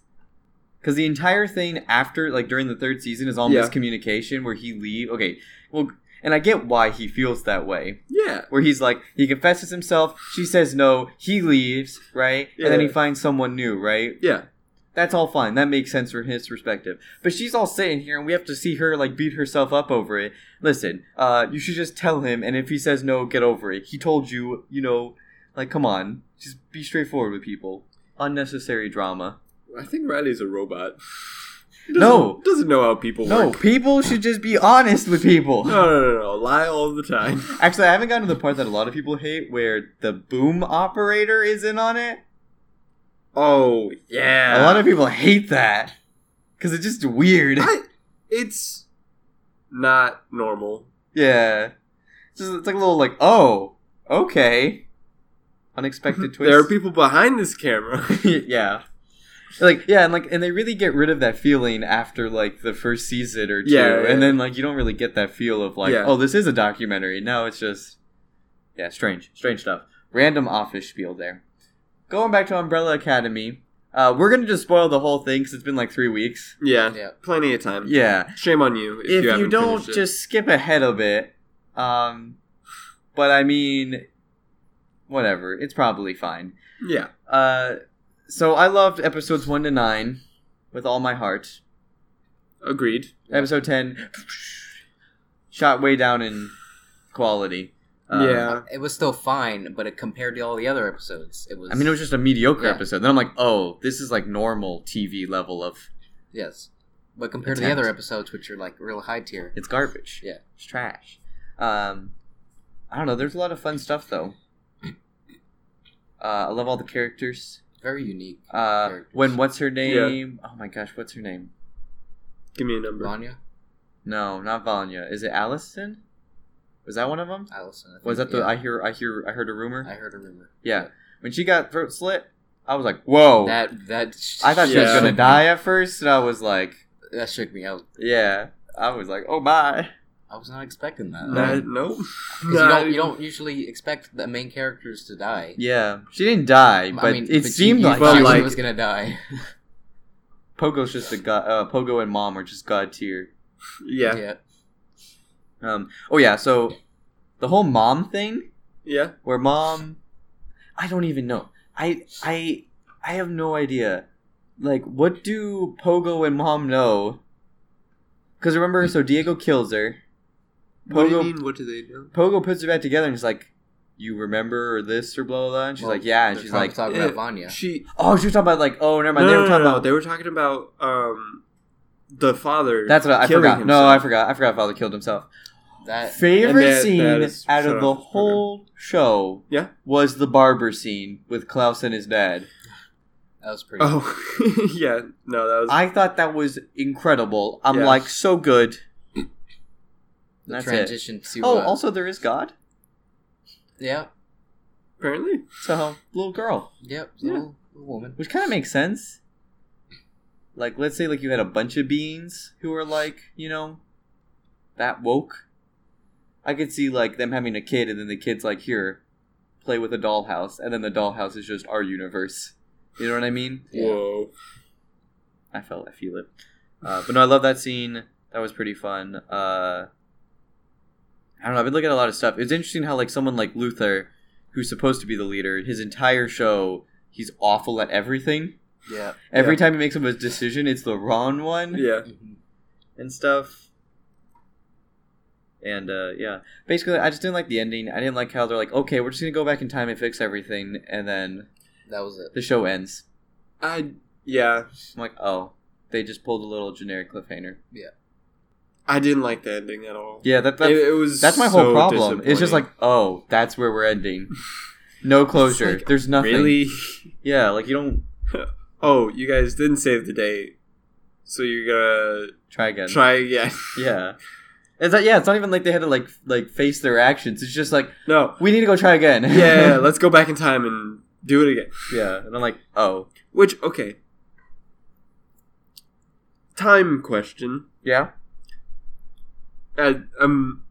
S1: Because the entire thing after, like during the third season, is all
S2: Yeah.
S1: miscommunication where he leave. Okay, well, and I get why he feels that way.
S2: Yeah.
S1: Where he's like, he confesses himself, she says no, he leaves, right? And then he
S2: Yeah.
S1: finds someone new, right?
S2: Yeah.
S1: That's all fine. That makes sense from his perspective. But she's all sitting here, and we have to see her like beat herself up over it. Listen, uh, you should just tell him, and if he says no, get over it. He told you, you know, like come on, just be straightforward with people. Unnecessary drama.
S2: I think Riley's a robot. Doesn't-
S1: No.
S2: doesn't know how people
S1: No,
S2: work.
S1: people should just be honest with people.
S2: No, no, no, no, lie all the
S1: (laughs)
S2: time.
S1: Actually, I haven't gotten to the part that a lot of people hate where the boom operator is in on it.
S2: Oh
S1: A
S2: yeah,
S1: (laughs) lot of people hate that because it's just weird.
S2: I, it's not normal.
S1: yeah, it's, just, it's like a little like oh okay, unexpected twist.
S2: (laughs) There are people behind this camera.
S1: (laughs)
S2: (laughs)
S1: yeah. Like yeah, and like and they really get rid of that feeling after like the first season or two,
S2: Yeah, yeah.
S1: and then like you don't really get that feel of like
S2: Yeah.
S1: oh this is a documentary. Now it's just yeah, strange, strange stuff. Random office spiel there. Going back to Umbrella Academy, uh, we're gonna just spoil the whole thing because it's been like three weeks.
S2: yeah,
S3: (laughs) Yeah.
S2: plenty of time.
S1: Yeah,
S2: Shame on you if,
S1: if, you,
S2: haven't
S1: don't
S2: finished it.
S1: just skip ahead a bit, um, but I mean, whatever, it's probably fine.
S2: yeah.
S1: Uh, so I loved episodes one to nine with all my heart.
S2: Agreed.
S1: Episode ten shot way down in quality. Uh,
S2: yeah.
S3: It was still fine, but it compared to all the other episodes, it was.
S1: I mean it was just a mediocre
S3: Yeah.
S1: episode. Then I'm like, oh, this is like normal TV level of
S3: yes, but compared to the
S1: Attempt.
S3: other episodes, which are like real high tier.
S1: it's garbage.
S3: Yeah.
S1: it's trash. Um, I don't know. There's a lot of fun stuff though. Uh, I love all the characters.
S3: Very unique.
S1: Uh,
S3: Characters.
S1: when what's her name? Oh my gosh, what's her name?
S2: Give me a number.
S3: Vanya,
S1: No, not Vanya. Is it Allison? Was that one of them?
S3: Allison. I think,
S1: Was that the
S3: yeah.
S1: I hear I hear I heard a rumor?
S3: I heard a rumor.
S1: yeah. When she got throat slit, I was like, "Whoa!"
S3: That that.
S1: Oh. I thought she was
S2: Yeah.
S1: gonna die at first, and I was like,
S3: That shook me out.
S1: "Yeah." I was like, "Oh my!"
S3: I was not expecting
S1: uh,
S3: that.
S1: (laughs)
S2: Nah, nope.
S3: 'Cause you don't you don't usually expect the main characters to die.
S1: Yeah, she didn't die, but it
S3: but you-
S1: seemed
S3: you
S1: like,
S3: thought
S2: But,
S3: she
S2: like-
S3: was gonna die.
S1: Pogo's just a god. Uh, Pogo and Mom are just god tier. (laughs)
S2: Yeah.
S3: yeah.
S1: Um. Oh yeah. So the whole mom thing,
S2: Yeah.
S1: where mom, I don't even know. I I I have no idea. Like, what do Pogo and Mom know? Because remember, so Diego kills her.
S2: What do you
S1: Pogo-
S2: mean? What do they do?
S1: Pogo puts it back together and he's like, "You remember this or blah blah?" blah. And she's
S3: Well,
S1: like, "Yeah." And
S3: They're
S1: she's
S3: talking-
S1: like,
S3: talking
S2: eh,
S3: about Vanya.
S2: She.
S1: "Oh, she was talking about like, oh, never mind."
S2: No, no,
S1: they were
S2: no,
S1: talking
S2: no,
S1: about
S2: They were talking about um, the father.
S1: that's what I, I
S2: killing
S1: forgot. No, I
S2: himself.
S1: forgot. I forgot. Father killed himself.
S3: That
S1: Favorite
S2: Uh, that- that
S1: scene
S2: is-
S1: out
S2: shut
S1: of
S2: up,
S1: the
S2: it's okay.
S1: whole show,
S2: Yeah.
S1: was the barber scene with Klaus and his dad.
S3: that was pretty.
S2: Oh, (laughs) yeah. No, that was.
S1: I thought that was incredible. I'm
S2: Yeah.
S1: like, so good.
S3: the
S1: That's it.
S3: transition to
S1: Oh,
S3: uh,
S1: also there is God.
S3: yeah,
S2: apparently.
S1: So little girl,
S3: yep,
S2: Yeah.
S3: little, little woman.
S1: which kind of makes sense. Like, let's say like you had a bunch of beings who are like, you know, that woke. I could see like them having a kid, and then the kid's like, here, play with a dollhouse, and then the dollhouse is just our universe. You know what I mean?
S3: Yeah.
S2: Whoa.
S1: I felt I feel it. Uh, but no, I love that scene. That was pretty fun. Uh, I don't know. I've been looking at a lot of stuff. It's interesting how like someone like Luther, who's supposed to be the leader, his entire show he's awful at everything.
S3: Yeah,
S1: Every
S2: Yeah.
S1: time he makes a decision, it's the wrong one
S2: Yeah.
S3: Mhm.
S1: and stuff. And uh, yeah, basically, I just didn't like the ending. I didn't like how they're like, okay, we're just gonna go back in time and fix everything, and then
S3: that was it.
S1: the show ends.
S2: I. Yeah.
S1: I'm like, oh, they just pulled a little generic cliffhanger.
S2: I didn't like the ending at all.
S1: Yeah, that, that
S2: It, it was.
S1: That's my whole
S2: so
S1: problem. It's just
S2: disappointing.
S1: like, oh, that's where we're ending. No closure.
S2: like,
S1: There's nothing.
S2: really.
S1: Yeah, like you don't
S2: Oh, you guys didn't save the day, so you're
S1: try again.
S2: gonna try again. (laughs)
S1: Yeah. It's like yeah, it's not even like they had to like f- like face their actions. It's just like
S2: no.
S1: we need to go try again.
S2: Yeah,
S1: (laughs)
S2: yeah, yeah, let's go back in time and do it again.
S1: yeah. And I'm like, oh,
S2: Which okay. Time question.
S1: yeah,
S2: I, I'm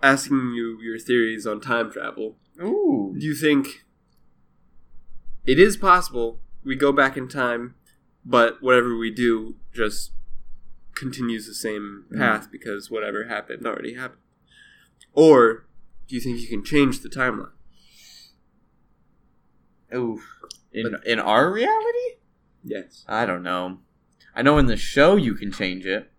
S2: asking you your theories on time travel.
S1: ooh,
S2: Do you think it is possible we go back in time, but whatever we do just continues the same
S1: Mm.
S2: path because whatever happened already happened? Or do you think you can change the timeline?
S1: ooh. In in our reality,
S2: Yes.
S1: I don't know. I know in the show you can change it.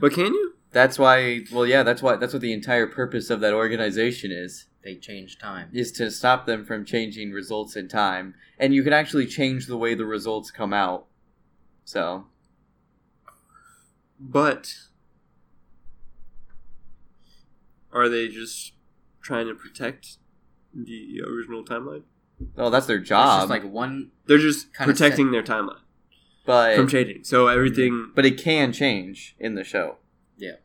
S2: But can you?
S1: That's why. Well, yeah, that's why. That's what the entire purpose of that organization is.
S3: They changed time.
S1: is to stop them from changing results in time, and you can actually change the way the results come out. So
S2: But are they just trying to protect the original timeline?
S1: Oh, that's their
S3: It's
S1: job.
S3: just like one.
S2: They're just
S3: Kinda
S2: protecting their timeline
S1: but
S2: from changing.
S1: Mm-hmm.
S2: So everything
S1: but it can change in the show.
S3: Yeah.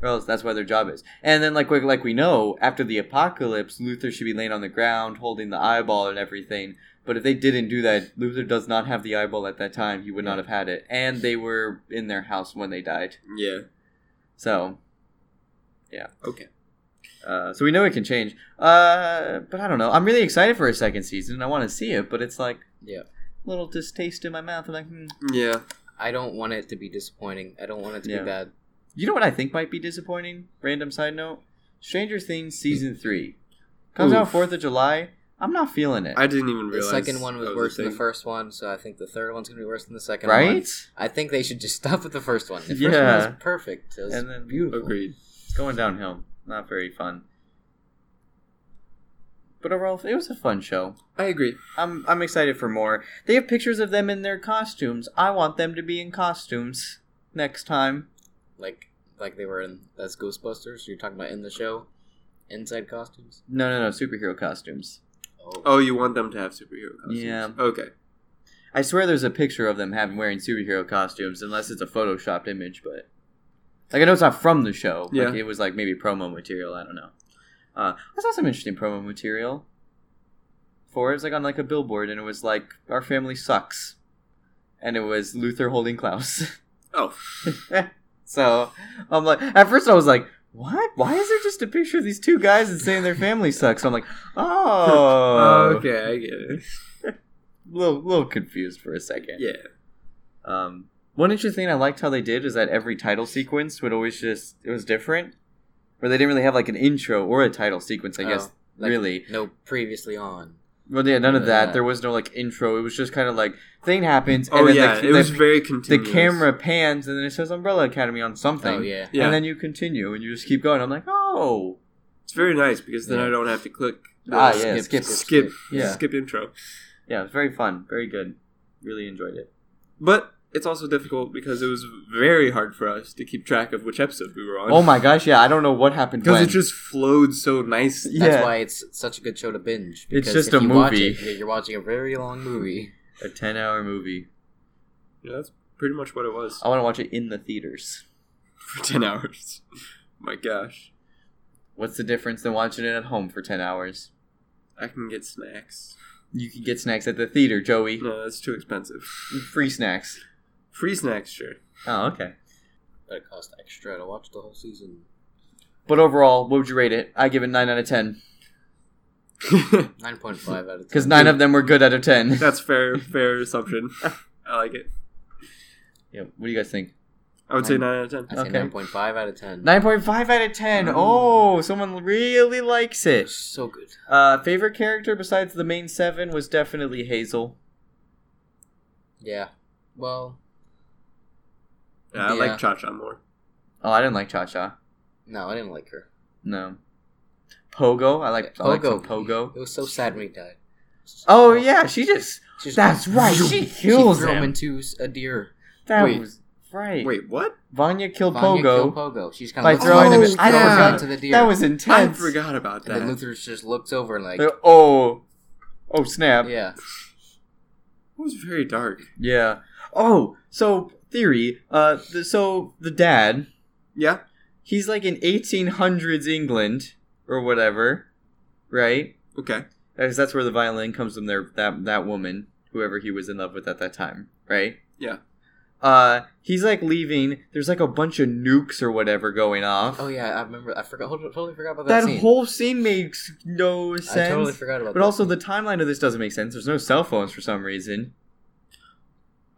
S1: Or else that's why their job is. And then, like we, like we know, after the apocalypse, Luther should be laying on the ground holding the eyeball and everything. But if they didn't do that, Luther does not have the eyeball at that time. He would not have had it. And they were in their house when they died.
S2: Yeah.
S1: So,
S2: Okay.
S1: uh, so we know it can change. Uh, but I don't know. I'm really excited for a second season. and I want to see it, but it's like
S3: Yeah.
S1: little distaste in my mouth. I'm like, hmm.
S2: Yeah.
S3: I don't want it to be disappointing. I don't want it to
S1: Yeah.
S3: be bad.
S1: You know what I think might be disappointing? Random side note: Stranger Things season three comes out
S2: Oof.
S1: Fourth of July. I'm not feeling it.
S2: I didn't even
S3: The
S2: realize
S3: second one was,
S2: that a
S3: worse than the
S2: thing.
S3: first one, so I think the third one's gonna be worse than the second one.
S1: right?
S3: I think they should just (laughs) stop with the first one. The first
S1: Yeah.
S3: one was perfect. It was
S1: And then-
S3: beautiful.
S2: Agreed.
S1: It's going downhill. Not very fun. But overall, it was a fun show.
S2: I agree.
S1: I'm I'm excited for more. They have pictures of them in their costumes. I want them to be in costumes next time.
S3: Like like they were in that's Ghostbusters. You're talking about in the show, inside costumes.
S1: No, no, no, superhero costumes.
S3: Oh,
S2: Oh, you want them to have superhero costumes?
S1: Yeah.
S2: Okay.
S1: I swear there's a picture of them having wearing superhero costumes, unless it's a photoshopped image, but like I know it's not from the show. Like,
S2: Yeah.
S1: it was like maybe promo material, I don't know. Uh, I saw some interesting promo material for it. It was like on like a billboard and it was like Our Family Sucks. And it was Luther holding Klaus.
S2: Oh.
S1: (laughs) so I'm like at first I was like, What? Why is there just a picture of these two guys and saying their family sucks?
S2: (laughs)
S1: I'm like, Oh
S2: okay, I get it.
S1: little little confused for a second.
S2: Yeah.
S1: Um, one interesting thing I liked how they did is that every title sequence would always just it was different, where they didn't really have like an intro or a title sequence. I guess
S3: Oh, like-
S1: really,
S3: no, previously on.
S1: well, yeah, none of that.
S3: Yeah.
S1: There was no like intro. It was just kind of like thing happens, and
S2: Oh
S1: then
S2: yeah,
S1: the,
S2: it was
S1: the,
S2: very
S1: the
S2: continuous.
S1: camera pans, and then it says Umbrella Academy on something.
S3: Oh yeah.
S2: Yeah.
S1: And then you continue, and you just keep going. I'm like, oh,
S2: It's very nice because then
S3: Yeah.
S2: I don't have to click. the
S1: ah, yeah, skip,
S3: skip, skip.
S2: Skip.
S1: Yeah.
S2: Skip intro.
S1: yeah, it was very fun, very good, really enjoyed it.
S2: But it's also difficult because it was very hard for us to keep track of which episode we were on.
S1: Oh my
S2: (laughs)
S1: gosh, yeah, I don't know what happened
S2: Because
S1: when.
S2: it just flowed so nice.
S1: Yeah.
S3: That's why it's such a good show to binge.
S1: It's
S3: because
S1: just
S3: if
S1: a
S3: you watch
S1: movie.
S3: it, you're watching a very long movie.
S1: a ten hour movie.
S2: Yeah, that's pretty much what it was
S1: I want to watch it in the theaters.
S2: for (laughs) ten hours. my gosh,
S1: What's the difference than watching it at home for 10 hours?
S2: I can get snacks.
S1: You can get snacks at the theater, Joey.
S2: No, that's too expensive.
S1: Free snacks.
S2: Free
S1: (laughs)
S2: snacks, sure.
S1: Oh, okay.
S3: But it cost extra to watch the whole season.
S1: But overall, what would you rate it? I give it 9 out of 10.
S3: Nine point five out of ten.
S1: (laughs) Because 9 of them were good out of 10.
S2: that's fair. Fair assumption. I like it.
S1: (laughs) yeah, what do you guys think?
S2: I would say
S3: Nine.
S2: nine out of
S3: I
S2: ten.
S3: say
S1: Okay.
S3: nine point five out of ten.
S1: 9.5 out of 10.
S2: Mm.
S1: Oh, someone really likes it.
S3: So good.
S1: Uh, favorite character besides the main seven was definitely Hazel.
S3: Yeah. Well,
S2: Yeah, I
S3: Yeah.
S2: like Cha Cha more.
S1: Oh, I didn't like Cha Cha.
S3: no, I didn't like her.
S1: No. Pogo. I like Pogo. I like some Pogo.
S3: It was so sad when he died.
S1: Oh, yeah. She just.
S3: She just-
S1: That's right. She kills
S3: threw him
S1: him.
S3: into s- a deer.
S1: That
S2: Wait.
S1: was right.
S2: Wait, what?
S1: Vanya killed
S3: Vanya
S1: Pogo.
S3: killed Pogo. She's kind
S1: By
S3: of
S1: throwing
S2: him- I
S3: I
S2: forgot.
S3: into the deer.
S1: That was intense.
S2: I forgot about
S3: And then
S2: that.
S3: Luther just looks over and like,
S1: Uh, Oh, oh snap! Yeah.
S3: yeah,
S2: It was very dark.
S1: Oh, so theory. Uh, th- so the dad,
S2: Yeah.
S1: he's like in 1800s England or whatever, right?
S2: Okay.
S1: Because that's where the violin comes from. There, that that woman, whoever he was in love with at that time, right?
S2: Yeah.
S1: Uh, he's like leaving. There's like a bunch of nukes or whatever going off.
S3: oh yeah, I remember. I forgot. Totally, totally forgot about that,
S1: that
S3: scene.
S1: whole scene makes no sense.
S3: I totally forgot about.
S1: But
S3: that
S1: also,
S3: scene.
S1: the timeline of this doesn't make sense. There's no cell phones for some reason.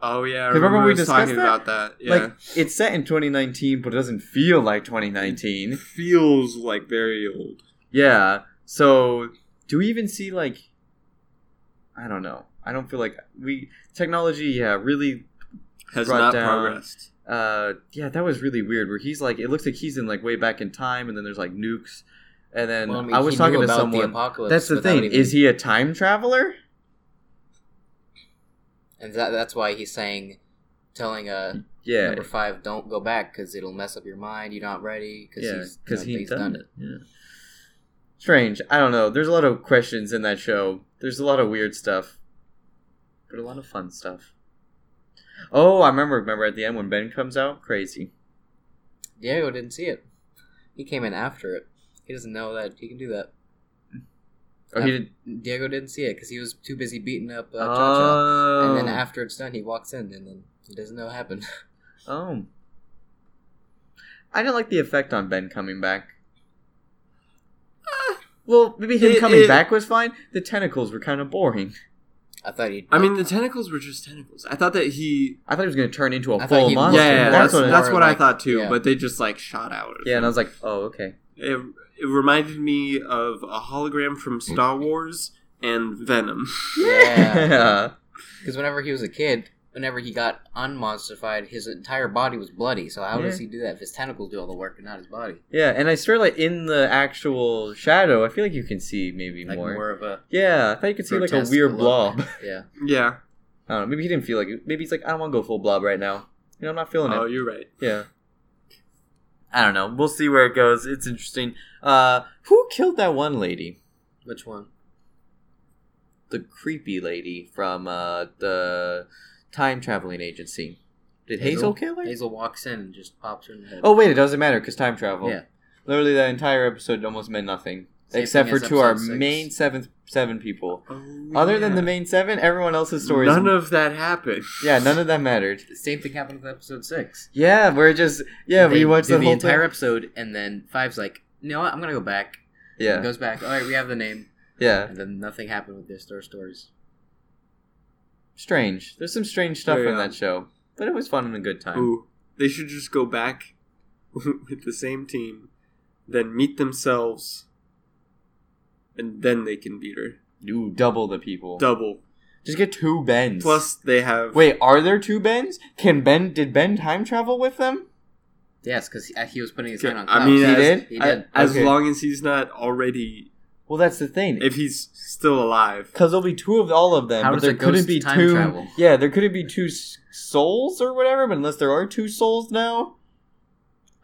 S2: Oh yeah. I
S1: Remember
S2: remember,
S1: we
S2: us
S1: discussed
S2: talking
S1: that?
S2: about that. Yeah.
S1: Like, it's set in 2019, but it doesn't feel like 2019.
S2: feels like very old.
S1: Yeah. So, do we even see, like, I don't know. I don't feel like we. Technology, yeah, really.
S2: Has
S1: Brought
S2: not
S1: down.
S2: progressed.
S1: Uh, yeah, that was really weird. Where he's like, it looks like he's in, like, way back in time, and then there's, like, nukes. And then
S3: Well, mean,
S1: I was
S3: he knew
S1: talking to
S3: about The
S1: someone.
S3: apocalypse
S1: That's the
S3: without
S1: thing.
S3: even-
S1: Is he a time traveler?
S3: And that, that's why he's saying telling uh,
S1: Yeah,
S3: number five, don't go back because it'll mess up your mind. You're not ready because
S1: yeah,
S3: he's,
S1: because
S3: you know,
S1: he's done, it. Yeah. Strange. I don't know. There's a lot of questions in that show. There's a lot of weird stuff, but a lot of fun stuff. Oh, I remember. Remember at the end when Ben comes out, crazy.
S3: Diego didn't see it. He came in after it. He doesn't know that he can do that.
S1: Oh, he did.
S3: Diego didn't see it because he was too busy beating up uh, Cha Cha.
S1: Oh.
S3: And then after it's done, he walks in and then he doesn't know what happened. (laughs)
S1: oh. I didn't like the effect on Ben coming back.
S3: Ah.
S1: Well, maybe him
S2: It-
S1: coming
S2: it-
S1: back was fine. The tentacles were kind of boring.
S3: I thought he.
S2: I mean, the tentacles were just tentacles. I thought that he.
S1: I thought he was going to turn into a
S3: I thought
S1: full
S3: he'd-
S2: Yeah,
S1: monster.
S2: yeah, yeah,
S1: that's,
S2: that's,
S1: what.
S2: that's,
S1: it-
S3: more
S2: what I
S3: like-
S2: thought too.
S3: yeah.
S2: But they just like shot out.
S1: yeah, and I was like, oh, okay.
S2: it, it reminded me of a hologram from Star Wars and Venom. (laughs)
S3: Yeah.
S1: (laughs) yeah.
S3: Because whenever he was a kid, whenever he got unmonstrified, his entire body was bloody. So how does he do that if his tentacles do all the work and not his body?
S1: Yeah, and I swear, like in the actual shadow, I feel like you can see maybe
S3: Like
S1: more.
S3: more, of a
S1: Yeah, I thought you could see like a
S3: grotesque
S1: weird
S3: look.
S1: blob. (laughs)
S3: (laughs) yeah.
S2: Yeah.
S1: I don't know. Maybe he didn't feel like it. Maybe he's like, I don't want to go full blob right now. You know, I'm not feeling
S2: Oh,
S1: it.
S2: you're right.
S1: Yeah. I don't know. We'll see where it goes. It's interesting. Uh, who killed that one lady?
S3: Which one?
S1: The creepy lady from uh the time traveling agency. Did Hazel,
S3: Hazel?
S1: kill her?
S3: Hazel walks in and just pops her in the head.
S1: Oh wait, it doesn't matter because time travel.
S3: yeah.
S1: Literally, that entire episode almost meant nothing
S3: Same
S1: except
S3: thing
S1: for
S3: as
S1: to our
S3: episode six.
S1: main seventh seven people. Other than the main seven, everyone else's stories.
S2: Oh, none of that happened.
S1: yeah, none of that mattered.
S3: The same thing happened with episode six.
S1: Yeah, we're just yeah.
S3: They
S1: we watched
S3: do
S1: the,
S3: the,
S1: whole
S3: entire
S1: entire.
S3: episode, and then Five's like, "You know what? I'm gonna go back."
S1: yeah,
S3: Goes back. All right, we have the name,
S1: yeah.
S3: and then nothing happened with their store stories.
S1: Strange. There's some strange stuff
S2: Very
S1: in
S2: odd.
S1: that show, but it was fun and a good time.
S2: Ooh, they should just go back (laughs) with the same team, then meet themselves, and then they can beat her.
S1: Ooh, double the people.
S2: Double.
S1: just get two Bens.
S2: Plus, they have.
S1: wait, are there two Bens? Can Ben? Did Ben time travel with them?
S3: Yes, because he, he was putting his
S2: Okay,
S3: hand on.
S2: I
S3: Klaus.
S2: mean,
S1: He
S2: as,
S1: did?
S3: He
S2: I-
S3: did.
S2: as
S1: Okay.
S2: long as he's not already,
S1: Well, that's the thing.
S2: if he's still alive.
S1: Because there'll be two of all of them,
S3: How
S1: but
S3: does
S1: there
S3: a ghost
S1: couldn't be
S3: time
S1: two.
S3: travel?
S1: Yeah, there couldn't be two s- souls or whatever. But unless there are two souls now,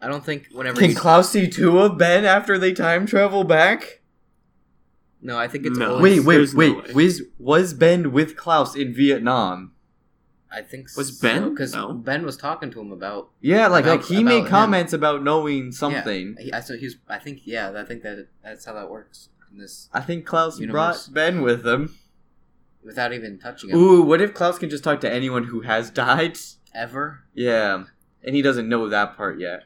S3: I don't think whenever.
S1: can
S3: he's-
S1: Klaus see two of Ben after they time travel back?
S3: no, I think it's.
S2: No.
S3: Oleg.
S1: Wait, wait,
S2: There's no
S1: wait.
S2: way.
S1: was, was Ben with Klaus in Vietnam?
S3: I think
S2: Was Ben?
S3: because
S2: No.
S3: Ben was talking to him about
S1: Yeah, like
S3: About-
S1: like he made
S3: about him.
S1: comments about knowing something.
S3: Yeah, he, I, so he was, I think yeah, I think that that's how that works in this
S1: I think Klaus
S3: Universe.
S1: brought Ben with him.
S3: without even touching him
S1: Ooh, what if Klaus can just talk to anyone who has (laughs) died?
S3: ever.
S1: Yeah, and he doesn't know that part yet.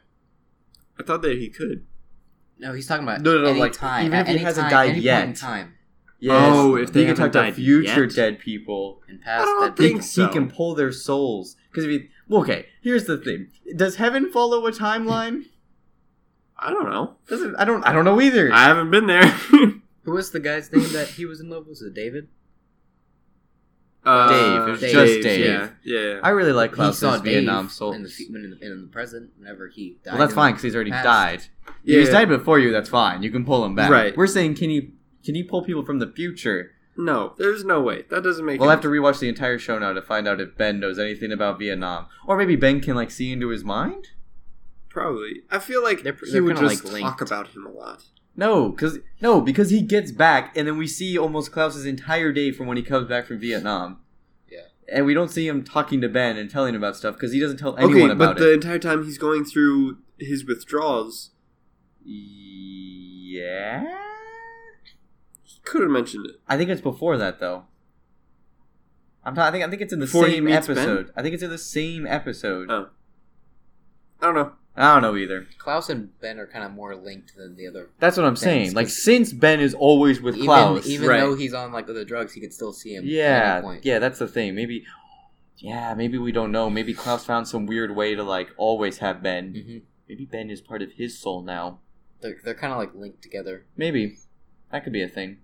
S2: I thought that he could.
S3: No, he's talking about
S1: No, no, no,
S3: any
S1: like,
S3: time,
S1: even
S3: at
S1: if he
S3: any
S1: hasn't
S3: time,
S1: died
S3: any
S1: yet.
S3: point in time
S1: Yes.
S2: Oh, if they
S1: he can
S2: haven't
S1: talk to
S2: died
S1: future
S2: yet?
S1: dead people.
S3: and past.
S2: I don't
S3: that
S1: They-
S2: think
S1: he
S2: so.
S1: can pull their souls because if he well, okay here's the thing does heaven follow a timeline
S2: I don't know.
S1: doesn't i don't i don't know either
S2: I haven't been there. (laughs)
S3: Who was the guy's name that he was in love with? Was it David?
S2: Uh,
S1: Dave, it was
S3: Dave.
S1: just Dave.
S2: Yeah, yeah.
S1: I really like
S3: he
S1: Klaus's
S3: saw
S1: Vietnam
S3: Dave
S1: souls.
S3: in the, fu- in, the, in the present. Whenever he died,
S1: well, that's
S3: in
S1: fine because he's already
S3: past.
S1: died. If he's died before you, that's fine. You can pull him back.
S2: Right.
S1: We're saying can you can you pull people from the future?
S2: No, there's no way. That doesn't make.
S1: We'll
S2: any-
S1: have to rewatch the entire show now to find out if Ben knows anything about Vietnam, or maybe Ben can like see into his mind.
S2: probably. I feel like
S3: They're-
S2: he
S3: they're
S2: would
S3: kinda,
S2: just
S3: like,
S2: talk
S3: linked.
S2: about him a lot.
S1: No, because no, because he gets back, and then we see almost Klaus's entire day from when he comes back from Vietnam.
S3: Yeah.
S1: and we don't see him talking to Ben and telling him about stuff because he doesn't tell anyone
S2: okay, but
S1: about
S2: the
S1: it.
S2: entire time he's going through his withdrawals,
S1: Yeah,
S2: he could have mentioned it.
S1: I think it's before that though. I'm ta- I think I think it's in the
S2: Before he
S1: same
S2: meets Ben?
S1: episode. I think it's in the same episode.
S2: Oh. I don't know.
S1: I don't know either.
S3: Klaus and Ben are kind of more linked than the other.
S1: That's what I'm saying.
S3: Thanks,
S1: like
S3: 'cause-
S1: since Ben is always with
S3: even
S1: Klaus,
S3: even
S2: right.
S3: though he's on like other drugs, he could still see him. at any
S1: Yeah,
S3: point.
S1: yeah, that's the thing. Maybe, yeah, maybe we don't know. Maybe Klaus found some weird way to like always have Ben.
S3: hmm
S1: Maybe Ben is part of his soul now.
S3: They're they're kind of like linked together.
S1: Maybe that could be a thing.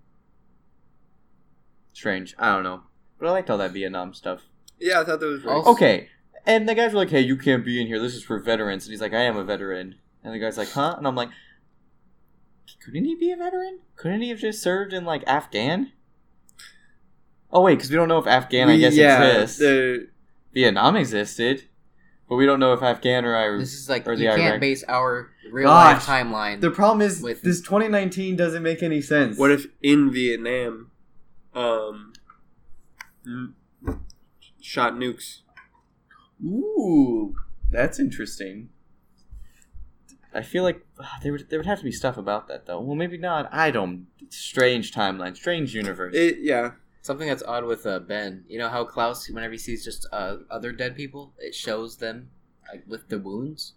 S1: Strange. I don't know, but I liked all that Vietnam stuff.
S2: Yeah, I thought that was weird.
S3: Also-
S1: Okay, and the guys were like, "Hey, you can't be in here. This is for veterans." And he's like, "I am a veteran." And the guy's like, "Huh?" And I'm like, "Couldn't he be a veteran? Couldn't he have just served in like Afghan?" Oh wait, because we don't know if Afghan, I
S2: We-
S1: guess,
S2: yeah,
S1: exists.
S2: the-
S1: Vietnam existed. But we don't know if Afghan or Iraq.
S3: This is like
S1: Or the
S3: you can't
S1: Iraq-
S3: base our real
S1: Gosh.
S3: life timeline.
S1: The problem is
S3: With-
S1: this 2019 doesn't make any sense.
S2: What if in Vietnam, um, n- shot nukes?
S1: Ooh, that's interesting. I feel like ah, there would there would have to be stuff about that though. Well, maybe not. I don't. Strange timeline, strange universe.
S2: It, yeah,
S3: Something that's odd with uh, Ben, you know how Klaus, whenever he sees just uh, other dead people, it shows them like with the wounds.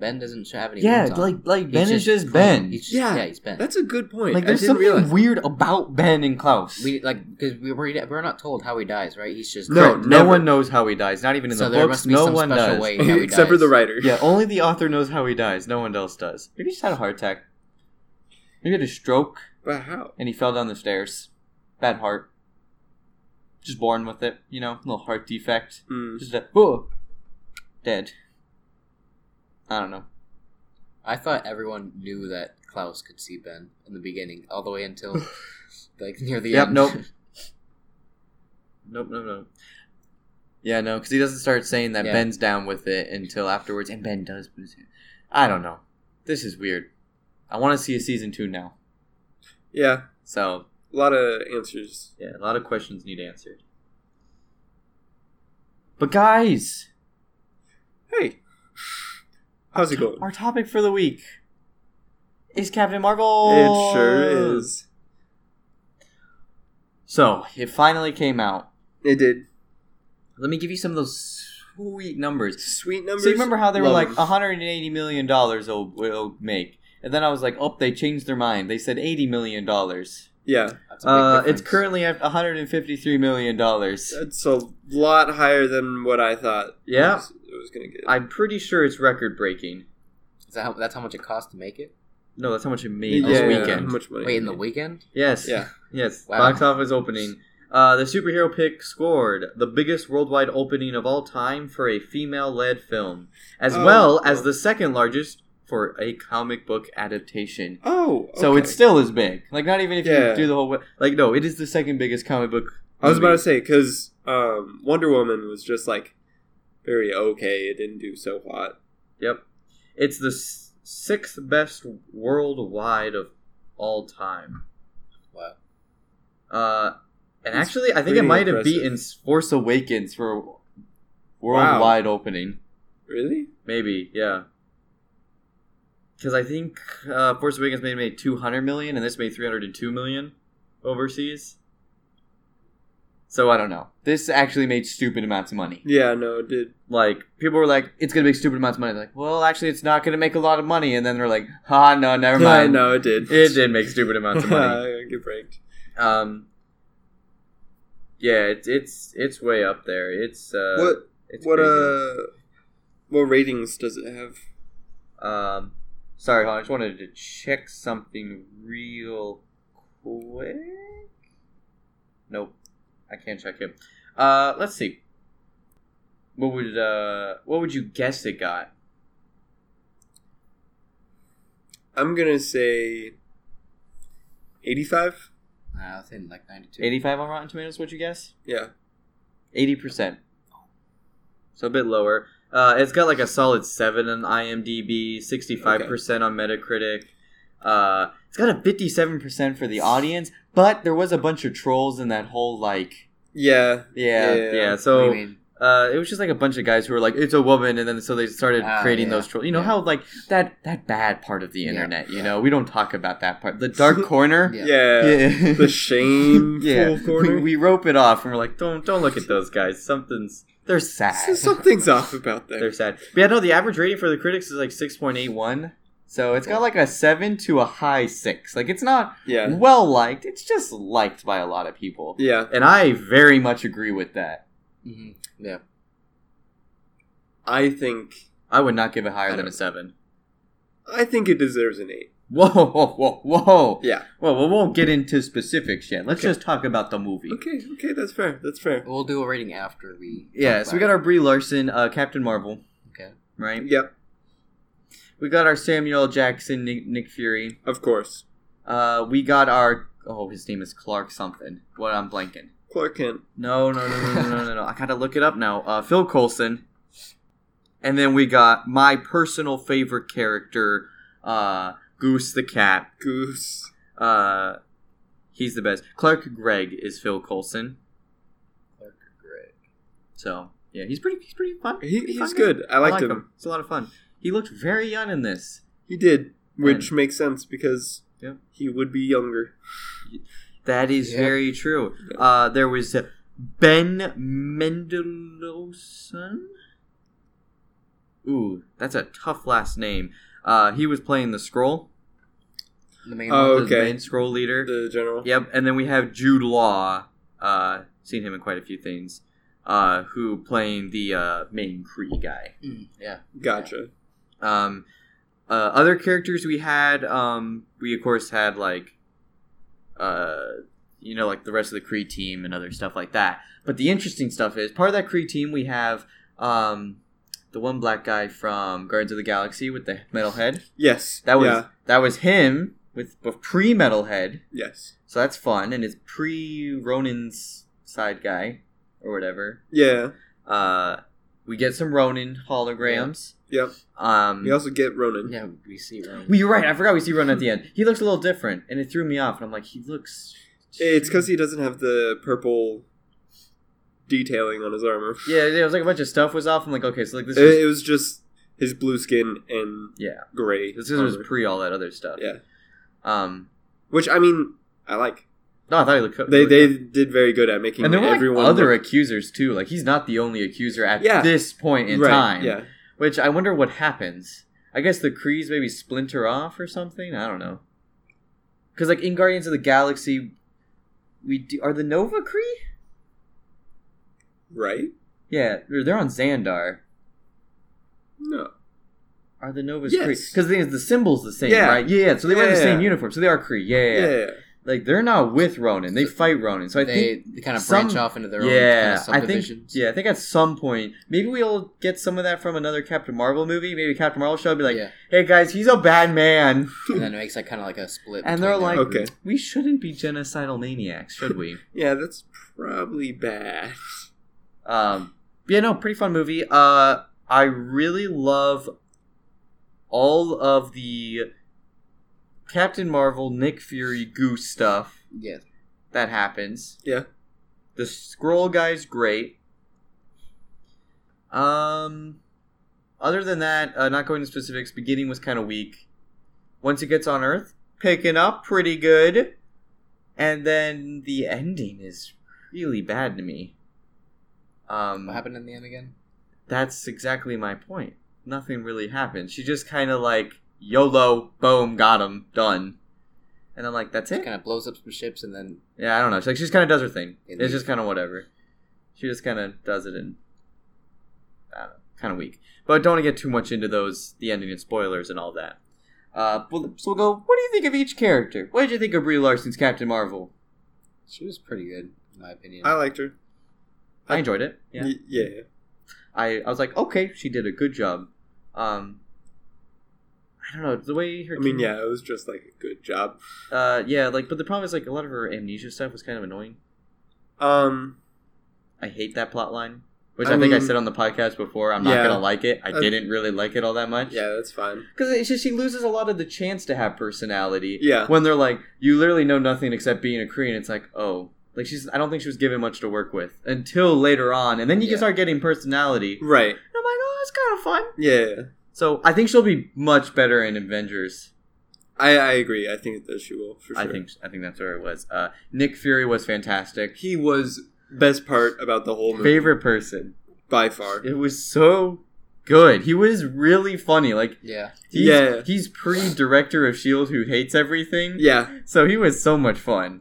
S3: Ben doesn't have any.
S1: yeah,
S3: wounds on
S1: like
S3: him.
S1: like
S3: He's
S1: Ben is just
S3: clean.
S1: Ben.
S3: He's just-
S2: Yeah,
S3: yeah, he's Ben.
S2: that's a good point.
S1: like
S2: I
S1: there's
S2: didn't
S1: something
S2: realize.
S1: weird about Ben and Klaus.
S3: we like because we were we're not told how he dies, right? He's just
S2: No,
S1: Correct.
S2: never.
S1: no one knows how he dies. Not even in
S3: So
S1: the
S3: there
S1: books.
S3: must be
S1: no
S3: some
S1: one
S3: special
S1: does.
S3: way how
S1: (laughs)
S2: (laughs)
S3: he
S2: except for
S3: dies.
S2: the writer.
S1: Yeah, (laughs) only the author knows how he dies. No one else does. Maybe he just had a heart attack. Maybe he had a stroke
S2: but how?
S1: and he fell down the stairs. Bad heart. Just born with it, you know, little heart defect.
S2: Mm.
S1: Just a whoa, dead. I don't know.
S3: I thought everyone knew that Klaus could see Ben in the beginning, all the
S1: (sighs)
S3: way until like near the
S1: Yep,
S3: end.
S1: nope. Nope, nope, nope. Yeah, no, because he doesn't start saying that
S3: Yeah.
S1: Ben's down with it until afterwards, and Ben does lose it. I don't know. This is weird. I want to see a season two now.
S2: Yeah,
S1: So
S2: a lot of answers.
S1: yeah, a lot of questions need answered. But guys,
S2: Hey, how's it going?
S1: our topic for the week is Captain Marvel.
S2: It sure is.
S1: So it finally came out.
S2: It did.
S1: Let me give you some of those sweet numbers.
S2: Sweet numbers.
S1: So you remember how they were
S2: Love
S1: like uh-huh?
S2: them.
S1: 180 million dollars will will make, and then I was like, oh, they changed their mind. They said 80 million dollars.
S2: Yeah,
S3: (laughs) That's a big
S1: Uh, it's
S3: difference.
S1: currently at 153 million dollars.
S2: that's a lot higher than what I thought.
S1: Yeah.
S2: it was, it was gonna get.
S1: I'm pretty sure it's record breaking.
S3: Is that how, that's how much it costs to make it.
S1: No, that's how much it made
S2: yeah,
S1: this
S2: yeah,
S1: weekend.
S2: How much money?
S3: Wait, in the weekend?
S1: Yes.
S2: Yeah.
S1: Yes.
S3: Wow.
S1: Box office opening. Uh, the superhero pick scored the biggest worldwide opening of all time for a female-led film, as
S2: Oh.
S1: well as the second largest for a comic book adaptation.
S2: Oh,
S1: So
S2: okay.
S1: it's still as big. Like not even if
S2: Yeah.
S1: you do the whole wa- like no, it is the second biggest comic book.
S2: I was about to
S1: movie.
S2: say because um, Wonder Woman was just like very okay. It didn't do so hot.
S1: Yep, it's the s- sixth best worldwide of all time.
S3: Wow.
S1: Uh, and
S2: That's
S1: actually, I think
S2: pretty
S1: it might have
S2: impressive.
S1: beaten Force Awakens for worldwide opening.
S2: Really?
S1: Maybe, yeah. Because I think uh, Force Awakens made made two hundred million, and this made three hundred and two million overseas. So I don't know. This actually made stupid amounts of money.
S2: Yeah. No, it did.
S1: Like people were like, "It's gonna make stupid amounts of money." Like, well, actually, it's not gonna make a lot of money. And then they're like, "Ha, no,
S2: (laughs)
S1: never
S2: Yeah,
S1: mind."
S2: no, it did.
S1: It
S2: (laughs)
S1: did make stupid amounts of money.
S2: Get pranked.
S1: Um, yeah, it's it's it's way up there. It's uh,
S2: what?
S1: It's
S2: What?
S1: crazy.
S2: Uh, what ratings does it have?
S1: Um, sorry, hon. I just wanted to check something real quick. Nope, I can't check it. Uh, let's see. What would uh, what would you guess it got?
S2: I'm gonna say eighty-five.
S3: Nah, I was thinking like ninety-two.
S1: Eighty-five on Rotten Tomatoes. What you guess?
S2: Yeah.
S1: Eighty percent. So a bit lower. Uh, it's got like a solid seven on IMDb, sixty-five percent on Metacritic. Uh, it's got a fifty-seven percent for the audience, but there was a bunch of trolls in that whole like
S2: Yeah.
S1: Yeah,
S2: Yeah.
S1: yeah.
S3: What do you
S1: So
S3: mean?
S1: uh, it was just like a bunch of guys who were like, "It's a woman," and then so they started
S3: Ah,
S1: creating
S3: yeah.
S1: those trolls. You know
S3: Yeah.
S1: how like that that bad part of the
S3: Yeah.
S1: internet. You know, we don't talk about that part, the
S3: (laughs)
S1: dark corner.
S3: Yeah.
S2: Yeah.
S1: (laughs) yeah,
S2: The (laughs) shameful
S1: yeah.
S2: corner.
S1: We, we rope it off, and we're like, "Don't don't look at those guys. Something's they're sad. (laughs)
S2: Something's off about that.
S1: they're sad." But yeah, no, the average rating for the critics is like six point eight one. So it's got like a seven to a high six. Like it's not
S2: Yeah.
S1: well liked. It's just liked by a lot of people,
S2: Yeah.
S1: and I very much agree with that.
S3: Mhm. Yeah.
S2: I think
S1: I would not give it higher
S2: I
S1: than
S2: don't-
S1: a seven. (laughs)
S2: I think it deserves an eight.
S1: Whoa, whoa, whoa, whoa.
S2: Yeah.
S1: Well, we won't get into specifics yet. Let's
S2: Okay.
S1: just talk about the movie.
S2: Okay. Okay. That's fair. That's fair.
S3: We'll do a rating after we.
S1: Yeah,
S3: talk
S1: so we got
S3: about
S1: our Brie Larson, uh, Captain Marvel,
S3: it. Okay.
S1: right?
S2: Yep.
S1: We got our Samuel L. Jackson, Nick, Nick Fury.
S2: Of course.
S1: Uh, we got our oh, his name is Clark something. What I'm blanking.
S2: Clark Kent.
S1: No, no, no, no, no, no, no. I gotta look it up now. Uh, Phil Coulson, And then we got my personal favorite character, uh, Goose the cat.
S2: Goose.
S1: Uh, he's the best. Clark Gregg is Phil Coulson.
S3: Clark Gregg.
S1: So yeah, he's pretty. He's pretty fun.
S2: He,
S1: Pretty
S2: he's
S1: fun guy.
S2: good. I
S1: I
S2: liked
S1: like
S2: him.
S1: him. He's a lot of fun. He looked very young in this.
S2: He did, which
S1: And-
S2: makes sense because
S1: Yeah.
S2: he would be younger.
S1: That is
S3: Yeah.
S1: very true. Uh, there was Ben Mendelsohn. Ooh, that's a tough last name. Uh, he was playing the scroll,
S3: The main
S2: Oh,
S3: one.
S1: the
S2: okay.
S1: main scroll leader.
S2: The general.
S1: Yep, and then we have Jude Law. Uh, seen him in quite a few things. Uh, who playing the uh, main Cree guy?
S3: Mm, yeah.
S2: Gotcha.
S1: Um, uh, other characters we had, um, we of course had like, uh, you know, like the rest of the Cree team and other stuff like that. But the interesting stuff is part of that Cree team we have um, the one black guy from Guardians of the Galaxy with the metal head.
S2: Yes.
S1: That was
S2: Yeah.
S1: that was him with pre metal head.
S2: Yes.
S1: So that's fun, and it's pre Ronin's side guy or whatever.
S2: Yeah.
S1: Uh, we get some Ronin holograms.
S2: Yep.
S1: Um,
S2: You also get Ronan.
S3: Yeah, we see Ronan.
S1: well, you're right. I forgot we see Ronan at the end. He looks a little different, and it threw me off. And I'm like, he looks.
S2: It's because he doesn't have the purple detailing on his armor.
S1: Yeah, it was like a bunch of stuff was off. I'm like, okay, so like this.
S2: It,
S1: Was,
S2: it was just his blue skin and
S1: yeah,
S2: gray.
S1: this was
S2: armor.
S1: pre all that other stuff.
S2: Yeah.
S1: Um.
S2: Which I mean, I like.
S1: No, I thought he looked. co-
S2: They
S1: really
S2: they
S1: good.
S2: did very good at making
S1: and there were like,
S2: everyone
S1: other
S2: look-
S1: accusers too. Like he's not the only accuser at
S2: Yeah.
S1: this point in
S2: right,
S1: time.
S2: Yeah.
S1: Which I wonder what happens. I guess the Crees maybe splinter off or something. I don't know. Because like in Guardians of the Galaxy, we do, are the Nova Cree.
S2: Right.
S1: Yeah, they're they're on Xandar.
S2: No.
S1: Are the Novas
S2: Yes.
S1: Cree? Because the thing is, the symbol's the same,
S2: Yeah.
S1: right? Yeah, yeah. So they wear the
S2: Yeah.
S1: same uniform, so they are Cree. Yeah, yeah, yeah.
S2: yeah.
S1: Like they're not with Ronan; they fight Ronan. So I
S3: they,
S1: think,
S3: they kind of
S1: some-
S3: branch off into their
S1: yeah,
S3: own kind
S1: I
S3: of
S1: think,
S3: subdivisions.
S1: yeah, I think at some point maybe we'll get some of that from another Captain Marvel movie. Maybe Captain Marvel show be like,
S3: yeah.
S1: "Hey guys, he's a bad man."
S3: And then it makes like kind of like a split.
S1: And
S3: between
S1: they're
S3: their
S1: like-
S3: group.
S2: Okay.
S1: We shouldn't be genocidal maniacs, should we? (laughs)
S2: Yeah, that's probably bad. (laughs)
S1: um, yeah, no, pretty fun movie. Uh, I really love all of the Captain Marvel, Nick Fury, Goose stuff.
S3: yeah,
S1: that happens.
S2: Yeah.
S1: The scroll guy's great. Um other than that, uh, not going into specifics, beginning was kind of weak. Once it gets on Earth, picking up pretty good. And then the ending is really bad to me. Um
S3: what happened in the end again?
S1: that's exactly my point. Nothing really happened. She just kind of like YOLO, boom, got him, done. And I'm like, that's it.
S3: Kind of blows up some ships and then
S1: Yeah, I don't know. She, like she just kind of does her thing.
S3: It
S1: it's
S3: is.
S1: just kind of whatever. She just kind of does it and I don't know, kind of weak. But don't want to get too much into those the ending and spoilers and all that. Uh, well, so we'll go. What do you think of each character? What did you think of Brie Larson's Captain Marvel?
S3: she was pretty good in my opinion.
S2: I
S1: Oh.
S2: liked her.
S1: I enjoyed it. Yeah,
S2: Y- yeah.
S1: I, I was like, okay, she did a good job. Um, I don't know the way her.
S2: I mean, yeah, it was just like a good job.
S1: Uh, yeah, like, but the problem is like a lot of her amnesia stuff was kind of annoying.
S2: Um,
S1: I hate that plot line, which I,
S2: I
S1: think I
S2: mean-
S1: said on the podcast before. I'm not
S2: Yeah.
S1: gonna like it. I
S2: Uh,
S1: didn't really like it all that much.
S2: yeah, that's fine.
S1: because it's just she loses a lot of the chance to have personality.
S2: Yeah.
S1: when they're like, you literally know nothing except being a Korean. It's like, oh, like she's. I don't think she was given much to work with until later on, and then you
S3: Yeah.
S1: can start getting personality. And
S2: Right.
S1: I'm like, oh, that's kind of fun.
S2: Yeah.
S1: So I think she'll be much better in Avengers.
S2: I, I agree. I think that she will, for sure.
S1: I think I think that's where it was. Uh, Nick Fury was fantastic.
S2: he was best part about the whole movie
S1: Favorite person.
S2: by far.
S1: It was so good. He was really funny. Like
S3: yeah,
S1: He's,
S2: Yeah.
S1: he's pre director of Shield E who hates everything.
S2: Yeah.
S1: So he was so much fun.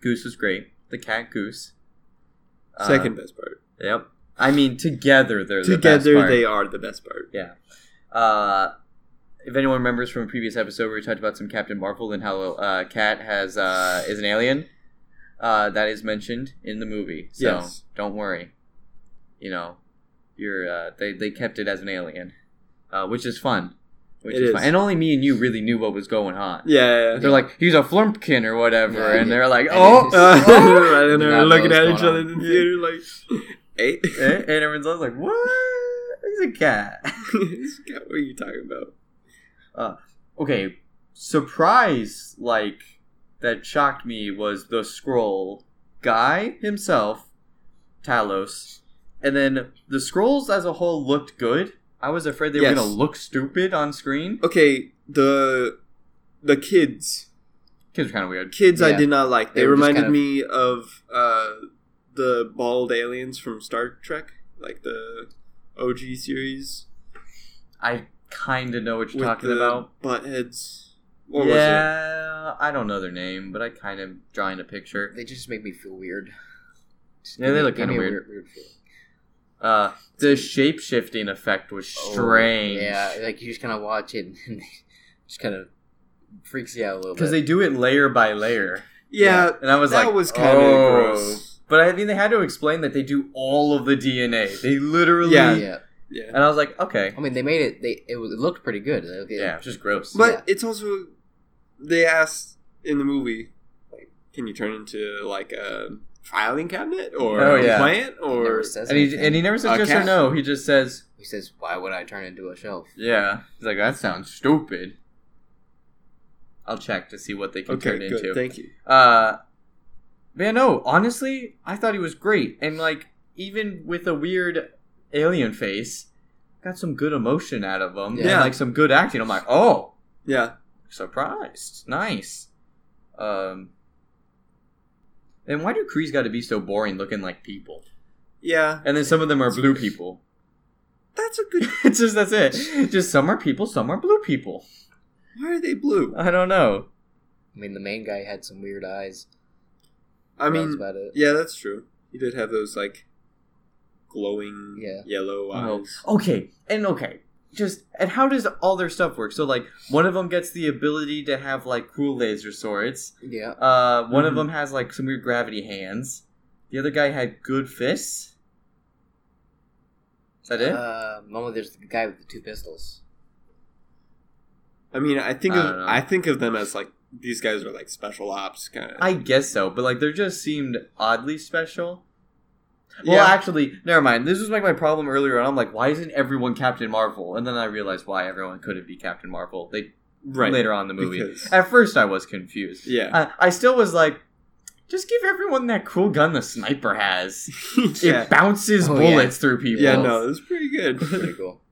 S1: Goose was great. The cat goose. Uh,
S2: Second best part.
S1: Yep. I mean, together they're the best
S2: Together,
S1: part.
S2: they are the best part.
S1: Uh, if anyone remembers from a previous episode where we talked about some Captain Marvel and how uh, Cat has uh, is an alien, uh, that is mentioned in the movie. So
S2: Yes.
S1: don't worry. You know, you're uh, they they kept it as an alien, uh, which is fun. Which
S2: It
S1: is,
S2: is.
S1: fun. And only me and you really knew what was going on.
S2: Yeah.
S1: (laughs)
S2: (laughs)
S1: They're like, he's a flumpkin or whatever,
S3: Yeah,
S1: and
S3: yeah.
S1: they're like,
S3: And
S1: oh,
S3: it's-
S2: Uh,
S1: oh.
S2: right, and
S3: Not
S2: they're looking
S3: what's
S2: at each
S3: going
S2: other
S3: on.
S1: oh." (laughs) Eh?
S2: in the theater like, (laughs) eh? hey.
S1: and everyone's like, what? He's a cat. (laughs)
S2: what are you talking about?
S1: okay, surprise like that shocked me was the scroll guy himself, Talos, and then the scrolls as a whole looked good. I was afraid they
S2: Yes.
S1: were gonna look stupid on screen.
S2: Okay, the the kids.
S1: Kids are kind of weird.
S2: Kids I
S3: Yeah.
S2: did not like. They,
S3: They were just
S2: reminded
S3: kind of-
S2: me of uh, the bald aliens from Star Trek, like the OG series.
S1: I kind of know what you're
S2: with
S1: talking
S2: the
S1: about.
S2: butt heads. What was
S1: yeah, I don't know their name, but I kind of drawing a picture.
S3: They just make me feel weird. Just
S1: Yeah,
S3: give
S1: they
S3: me-
S1: look
S3: give
S1: kinda
S3: me a
S1: weird.
S3: weird feeling.
S1: Uh, the shape shifting effect was
S3: Oh,
S1: strange.
S3: yeah, like you just kind of watch it (laughs) and just kind of freaks you out a little bit.
S1: because they do it layer by layer,
S2: it? Yeah,
S1: and I was
S2: that
S1: like,
S2: was kind of
S1: "Oh."
S2: gross.
S1: But I mean, they had to explain that they do all of the DNA. They literally,
S2: Yeah.
S3: yeah,
S2: Yeah,
S1: And I was like, okay,
S3: I mean they made it. They it, was, it looked pretty good. Like, it-
S1: yeah, it's just gross.
S2: but
S3: Yeah.
S2: it's also they asked in the movie, like, can you turn into like a filing cabinet or
S1: Oh,
S2: a
S1: yeah.
S2: plant
S3: it
S2: or
S3: never says
S1: and he
S3: anything.
S1: and he never says
S2: A
S1: yes or
S2: cat?
S1: no. He just says,
S3: He says, "Why would I turn into a shelf?"
S1: yeah. He's like, that sounds stupid. I'll check to see what they can
S2: okay?
S1: turn
S2: Good,
S1: into.
S2: thank you.
S1: Uh, man, no, honestly, I thought he was great, and like even with a weird alien face, got some good emotion out of him.
S3: Yeah.
S1: and, like some good acting. I'm like, oh,
S2: Yeah,
S1: surprised, nice. Um, then why do Kree's got to be so boring looking like people?
S2: yeah,
S1: And then some of them are blue people. (laughs)
S2: that's a good.
S1: it's just that's it. Just some are people, some are blue people.
S2: Why are
S1: (laughs)
S2: they blue?
S1: I don't know.
S3: I mean, the main guy had some weird eyes.
S2: I
S3: that was
S2: mean,
S3: about it.
S2: yeah, that's true. He did have those like glowing
S3: Yeah.
S2: yellow
S1: Oh.
S2: eyes.
S1: Okay, and okay. Just and how does all their stuff work? So like one of them gets the ability to have like cool laser swords.
S3: Yeah,
S1: Uh, one of
S2: Mhm.
S1: them has like some weird gravity hands. The other guy had good fists. Is that it?
S3: Uh, Mama, there's the guy with the two pistols.
S2: I mean, I think
S1: I
S2: of
S1: don't know.
S2: I think of them as like these guys are like special ops kind of.
S1: I guess so, but like they just seemed oddly special. Well,
S2: Yeah.
S1: actually, never mind. This was like my problem earlier, and I'm like, why isn't everyone Captain Marvel? And then I realized why everyone couldn't be Captain Marvel. They
S2: right
S1: later on in the movie.
S2: Because-
S1: At first, I was confused.
S2: Yeah.
S1: I, I still was like, just give everyone that cool gun the sniper has.
S2: (laughs) (laughs) yeah.
S1: It bounces
S3: Oh, yeah.
S1: bullets through people.
S2: Yeah, no, it's pretty good.
S1: (laughs)
S2: (laughs)
S3: Pretty cool.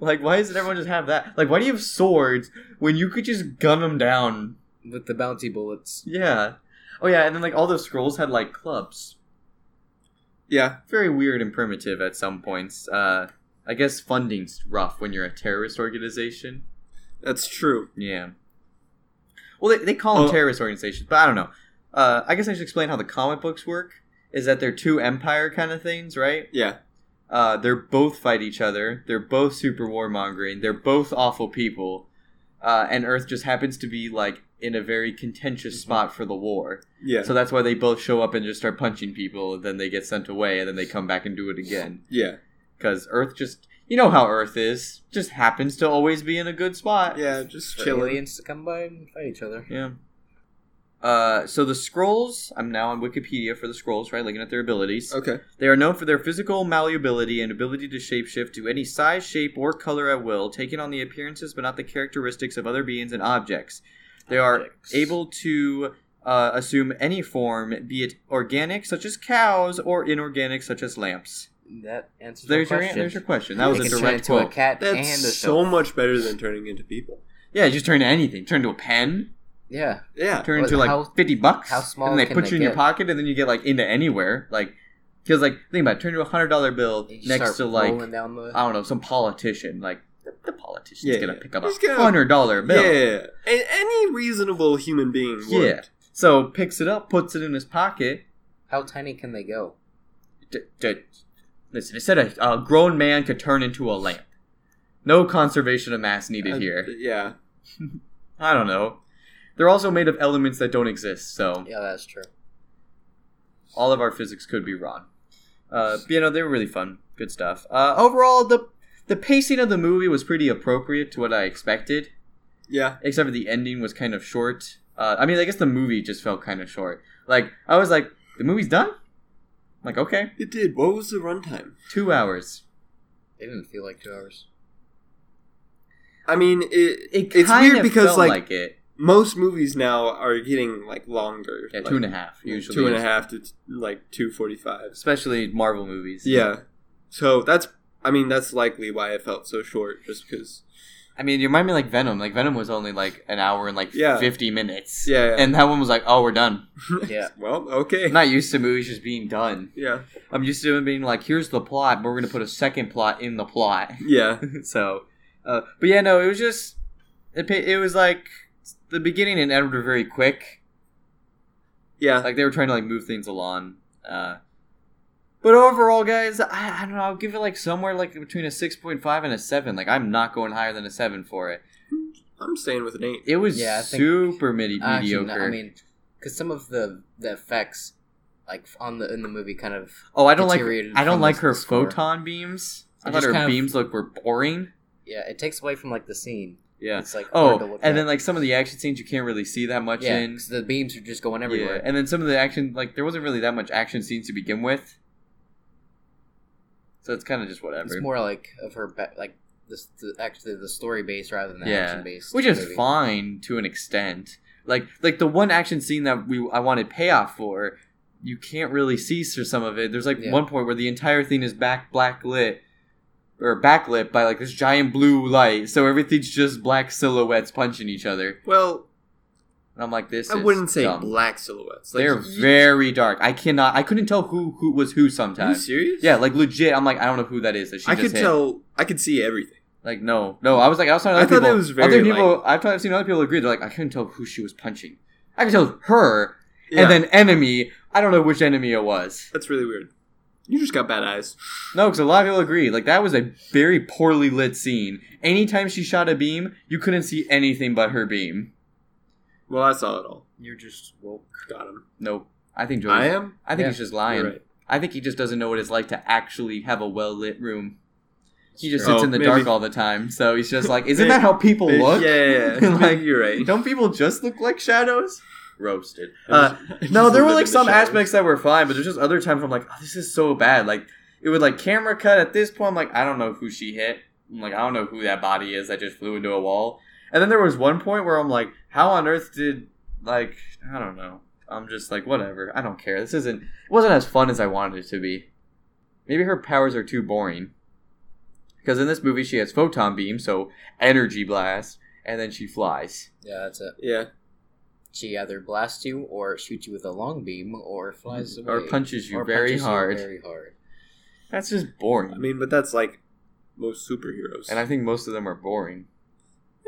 S1: Like, why doesn't everyone just have that? Like, why do you have swords when you could just gun them down?
S3: With the bouncy bullets.
S1: Yeah. Oh yeah, and then like all those scrolls had like clubs.
S2: yeah,
S1: very weird and primitive at some points. Uh, I guess funding's rough when you're a terrorist organization.
S2: that's true.
S1: Yeah. Well, they, they call them
S2: Oh.
S1: terrorist organizations, but I don't know. Uh, I guess I should explain how the comic books work. Is that they're two empire kind of things, right?
S2: Yeah,
S1: Uh, they're both fight each other. They're both super warmongering. They're both awful people. Uh, and Earth just happens to be like in a very contentious spot for the war.
S2: yeah,
S1: So that's why they both show up and just start punching people. And then they get sent away, and then they come back and do it again
S2: yeah,
S1: because Earth just you know how Earth is just happens to always be in a good spot.
S2: yeah. Just
S3: For
S2: chilling.
S3: aliens to come by and fight each other.
S1: Yeah. Uh, so the scrolls. I'm now on Wikipedia for the scrolls, right? Looking at their abilities.
S2: Okay.
S1: They are known for their physical malleability and ability to shapeshift to any size, shape, or color at will, taking on the appearances but not the characteristics of other beings and objects. They are
S3: Objects.
S1: able to uh, assume any form, be it organic, such as cows, or inorganic, such as lamps.
S3: That answers
S1: There's
S3: your
S1: your,
S3: question.
S1: there's your question. That was
S3: They
S1: a
S3: can turn
S1: direct
S3: into
S1: quote.
S3: a cat and a
S2: That's so
S3: shelf.
S2: much better than turning into people.
S1: Yeah, just turn to anything. Turn to a pen.
S3: Yeah.
S2: Yeah,
S1: Turn
S3: Well,
S1: into like
S3: how-
S1: fifty bucks.
S3: how small
S1: And they
S3: can
S1: put
S3: they
S1: you in your
S3: get?
S1: pocket, and then you get like into anywhere. Like, because like think about it, turn to a hundred dollar bill
S3: You
S1: next
S3: start
S1: to like
S3: rolling down the.
S1: I don't know some politician. Like the, the politician's
S2: Yeah,
S1: gonna
S2: yeah.
S1: pick up
S2: He's
S1: a
S2: gonna-
S1: hundred dollar bill.
S2: yeah. A- any reasonable human being would.
S1: Yeah. So picks it up, puts it in his pocket.
S3: How tiny can they go?
S1: D- d- listen, it said a, a grown man could turn into a lamp. No conservation of mass needed
S2: Uh,
S1: here.
S2: Yeah,
S1: I don't know. They're also made of elements that don't exist, so
S3: Yeah, that's true.
S1: all of our physics could be wrong. Uh, but, you know, they were really fun, good stuff. Uh, overall, the the pacing of the movie was pretty appropriate to what I expected,
S2: yeah.
S1: except for the ending was kind of short. Uh, I mean, I guess the movie just felt kind of short. Like I was like, the movie's done. I'm like okay,
S2: It did. What was the runtime?
S1: two hours.
S3: It didn't feel like two hours.
S2: I mean, it, it's
S1: kinda
S2: weird because
S1: felt
S2: like,
S1: it.
S2: most movies now are getting like longer,
S1: Yeah,
S2: like,
S1: two and a half usually.
S2: two and a half to t- like two forty five.
S1: especially Marvel movies.
S2: Yeah. So that's I mean that's likely why it felt so short just cuz
S1: I mean, you remind me like Venom. Like Venom was only like an hour and like
S2: Yeah.
S1: fifty minutes.
S2: Yeah, yeah. (laughs)
S1: and that one was like, oh, we're done.
S3: Yeah.
S2: well, okay.
S1: I'm not used to movies just being done.
S2: yeah.
S1: I'm used to them being like, here's the plot, but we're gonna put a second plot in the plot. (laughs)
S2: Yeah.
S1: so, uh, but yeah, no, it was just it. pa- It was like the beginning and end were very quick.
S2: Yeah.
S1: Like they were trying to like move things along. Uh, but overall, guys, I, I don't know. I'll give it like somewhere like between a six point five and a seven. Like I'm not going higher than a seven for it.
S2: I'm staying with an 8.
S1: It was
S3: Yeah, I think-
S1: super medi-
S3: Actually,
S1: mediocre.
S3: no, I mean, because some of the the effects, like on the in the movie, kind of
S1: oh, I don't like
S3: deteriorated
S1: I don't
S3: from
S1: like
S3: the
S1: her
S3: score.
S1: photon beams. I
S3: It
S1: thought
S3: just
S1: her
S3: kind of-
S1: beams look were boring.
S3: yeah, it takes away from like the scene.
S1: Yeah.
S3: It's like hard to
S1: Oh,
S3: look
S1: and
S3: at.
S1: then like some of the action scenes you can't really see that much
S3: yeah,
S1: in.
S3: 'cause the beams are just going everywhere.
S1: Yeah, and then some of the action, like there wasn't really that much action scenes to begin with, so it's kind of just whatever.
S3: It's more like of her ba- like this the, actually the story based rather than the
S1: Yeah.
S3: action based.
S1: which is fine to an extent. Like like the one action scene that we I wanted payoff for, you can't really see for some of it. There's like
S3: Yeah.
S1: one point where the entire thing is back black lit or backlit by like this giant blue light, so everything's just black silhouettes punching each other.
S2: Well,
S1: And I'm like, this.
S2: I
S1: is
S2: wouldn't say
S1: dumb.
S2: black silhouettes. Like,
S1: They're
S2: you-
S1: very dark. I cannot. I couldn't tell who who was who
S2: Are you
S1: sometimes.
S2: serious?
S1: Yeah, like legit. I'm like, I don't know who that is. That she
S2: I
S1: just
S2: could
S1: hit.
S2: tell I could see everything.
S1: Like, no, no. I was like, I was talking to
S2: I
S1: other
S2: thought
S1: people.
S2: that was very,
S1: other people. I've, t- I've seen other people agree. They're like, I couldn't tell who she was punching. I could tell her,
S2: Yeah.
S1: and then enemy. I don't know which enemy it was.
S2: that's really weird. You just got bad eyes.
S1: No, because a lot of people agree. Like that was a very poorly lit scene. Anytime she shot a beam, you couldn't see anything but her beam.
S2: Well, I saw it all.
S3: You're just woke.
S2: Got him.
S1: Nope. I think Joey.
S2: I am.
S1: I think
S3: Yeah,
S1: he's just lying.
S2: You're right.
S1: I think he just doesn't know what it's like to actually have a well lit room. He just
S2: Sure.
S1: sits
S2: Oh,
S1: in the
S2: maybe.
S1: dark all the time, so he's just
S2: (laughs)
S1: like, isn't
S2: Maybe-
S1: that how people look?
S2: Yeah, yeah, (laughs) yeah.
S1: Like-
S2: Maybe you're right.
S1: Don't people just look like shadows? Roasted.
S2: I
S1: Uh,
S2: just- I just
S1: no, there
S2: live
S1: were
S2: in
S3: (laughs)
S1: like
S2: the
S1: some
S2: shadows.
S1: aspects that were fine, but there's just other times I'm like, oh, this is so bad. Like it would like camera cut at this point. I'm like, I don't know who she hit. I'm like, I don't know who that body is that just flew into a wall. And then there was one point where I'm like, how on earth did like I don't know. I'm just like, whatever. I don't care. This isn't. It wasn't as fun as I wanted it to be. Maybe her powers are too boring. Because in this movie, she has photon beam, so energy blast, and then she flies.
S3: Yeah, that's it.
S2: Yeah.
S3: She either blasts you or shoots you with a long beam or flies away
S1: Or punches you
S3: or
S1: very
S3: punches you
S1: hard.
S3: very hard.
S1: That's just boring.
S2: I mean, but that's like most superheroes.
S1: And I think most of them are boring.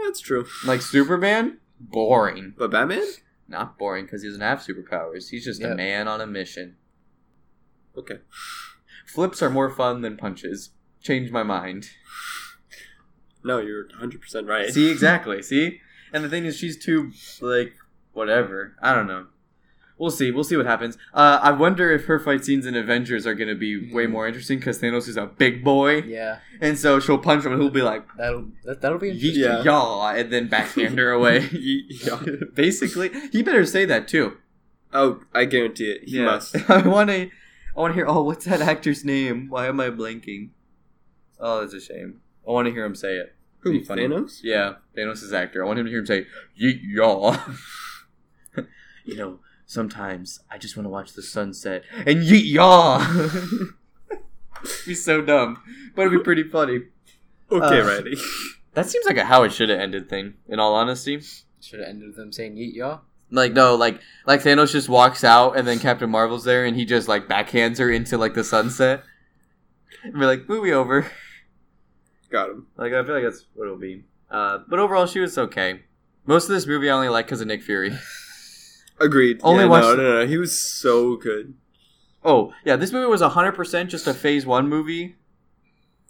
S2: that's true.
S1: Like Superman, boring.
S2: But Batman?
S1: Not boring because he doesn't have superpowers. He's just a
S3: Yep.
S1: man on a mission.
S2: Okay.
S1: Flips are more fun than punches. Change my mind.
S2: No, you're 100% right.
S1: See exactly. See, and the thing is, she's too like whatever. I don't know. We'll see. We'll see what happens. Uh, I wonder if her fight scenes in Avengers are going to be way
S3: Mm.
S1: more interesting because Thanos is a big boy,
S3: Yeah,
S1: and so she'll punch him and he'll be like,
S3: that'll that, that'll be
S1: "Yeet
S3: interesting.
S2: Yeah.
S1: y'all," and then backhand her away.
S2: yeah.
S1: (laughs) Basically, he better say that too.
S2: Oh, I guarantee it. He
S1: Yeah. (laughs)
S2: must.
S1: I want to. I want to hear. Oh, what's that actor's name? Why am I blanking? Oh, that's a shame. I want to hear him say it.
S2: Who?
S1: Be funny.
S2: Thanos?
S1: Yeah, Thanos' actor. I want him to hear him say, "Yeet y'all." (laughs) you know, sometimes I just want to watch the sunset and yeet y'all. (laughs) be so dumb, but it'd be pretty funny.
S2: Okay,
S1: Uh,
S2: righty. (laughs)
S1: That seems like a how it should have ended thing. In all honesty,
S3: Should have ended with them saying "yeet y'all."
S1: like no, like like Thanos just walks out and then Captain Marvel's there and he just like backhands her into like the sunset. And we're like, movie over.
S2: Got him.
S1: Like I feel like that's what it'll be. Uh, but overall, she was okay. Most of this movie I only like because of Nick Fury.
S2: Agreed.
S1: Only
S2: yeah,
S1: watch-
S2: No, no, no. He was so good.
S1: (laughs) Oh yeah, this movie was hundred percent just a Phase One movie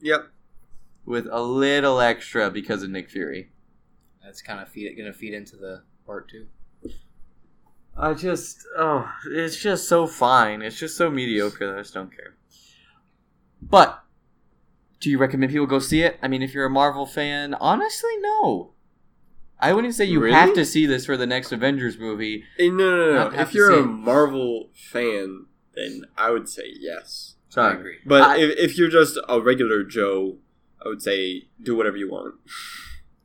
S2: Yep.
S1: with a little extra because of Nick Fury.
S3: That's kind of feed gonna feed into the part two.
S1: I just oh, it's just so fine. It's just so mediocre that I just don't care. But do you recommend people go see it? I mean, if you're a Marvel fan, honestly, no. I wouldn't say you
S2: Really?
S1: have to see this for the next Avengers movie.
S2: Eh, No, no, no.
S1: I'd
S2: no.
S1: have
S2: If
S1: to
S2: you're
S1: see
S2: a
S1: it.
S2: Marvel fan, then I would say yes.
S1: Sorry.
S3: I agree.
S2: But
S1: I-
S2: if, if you're just a regular Joe, I would say do whatever you want.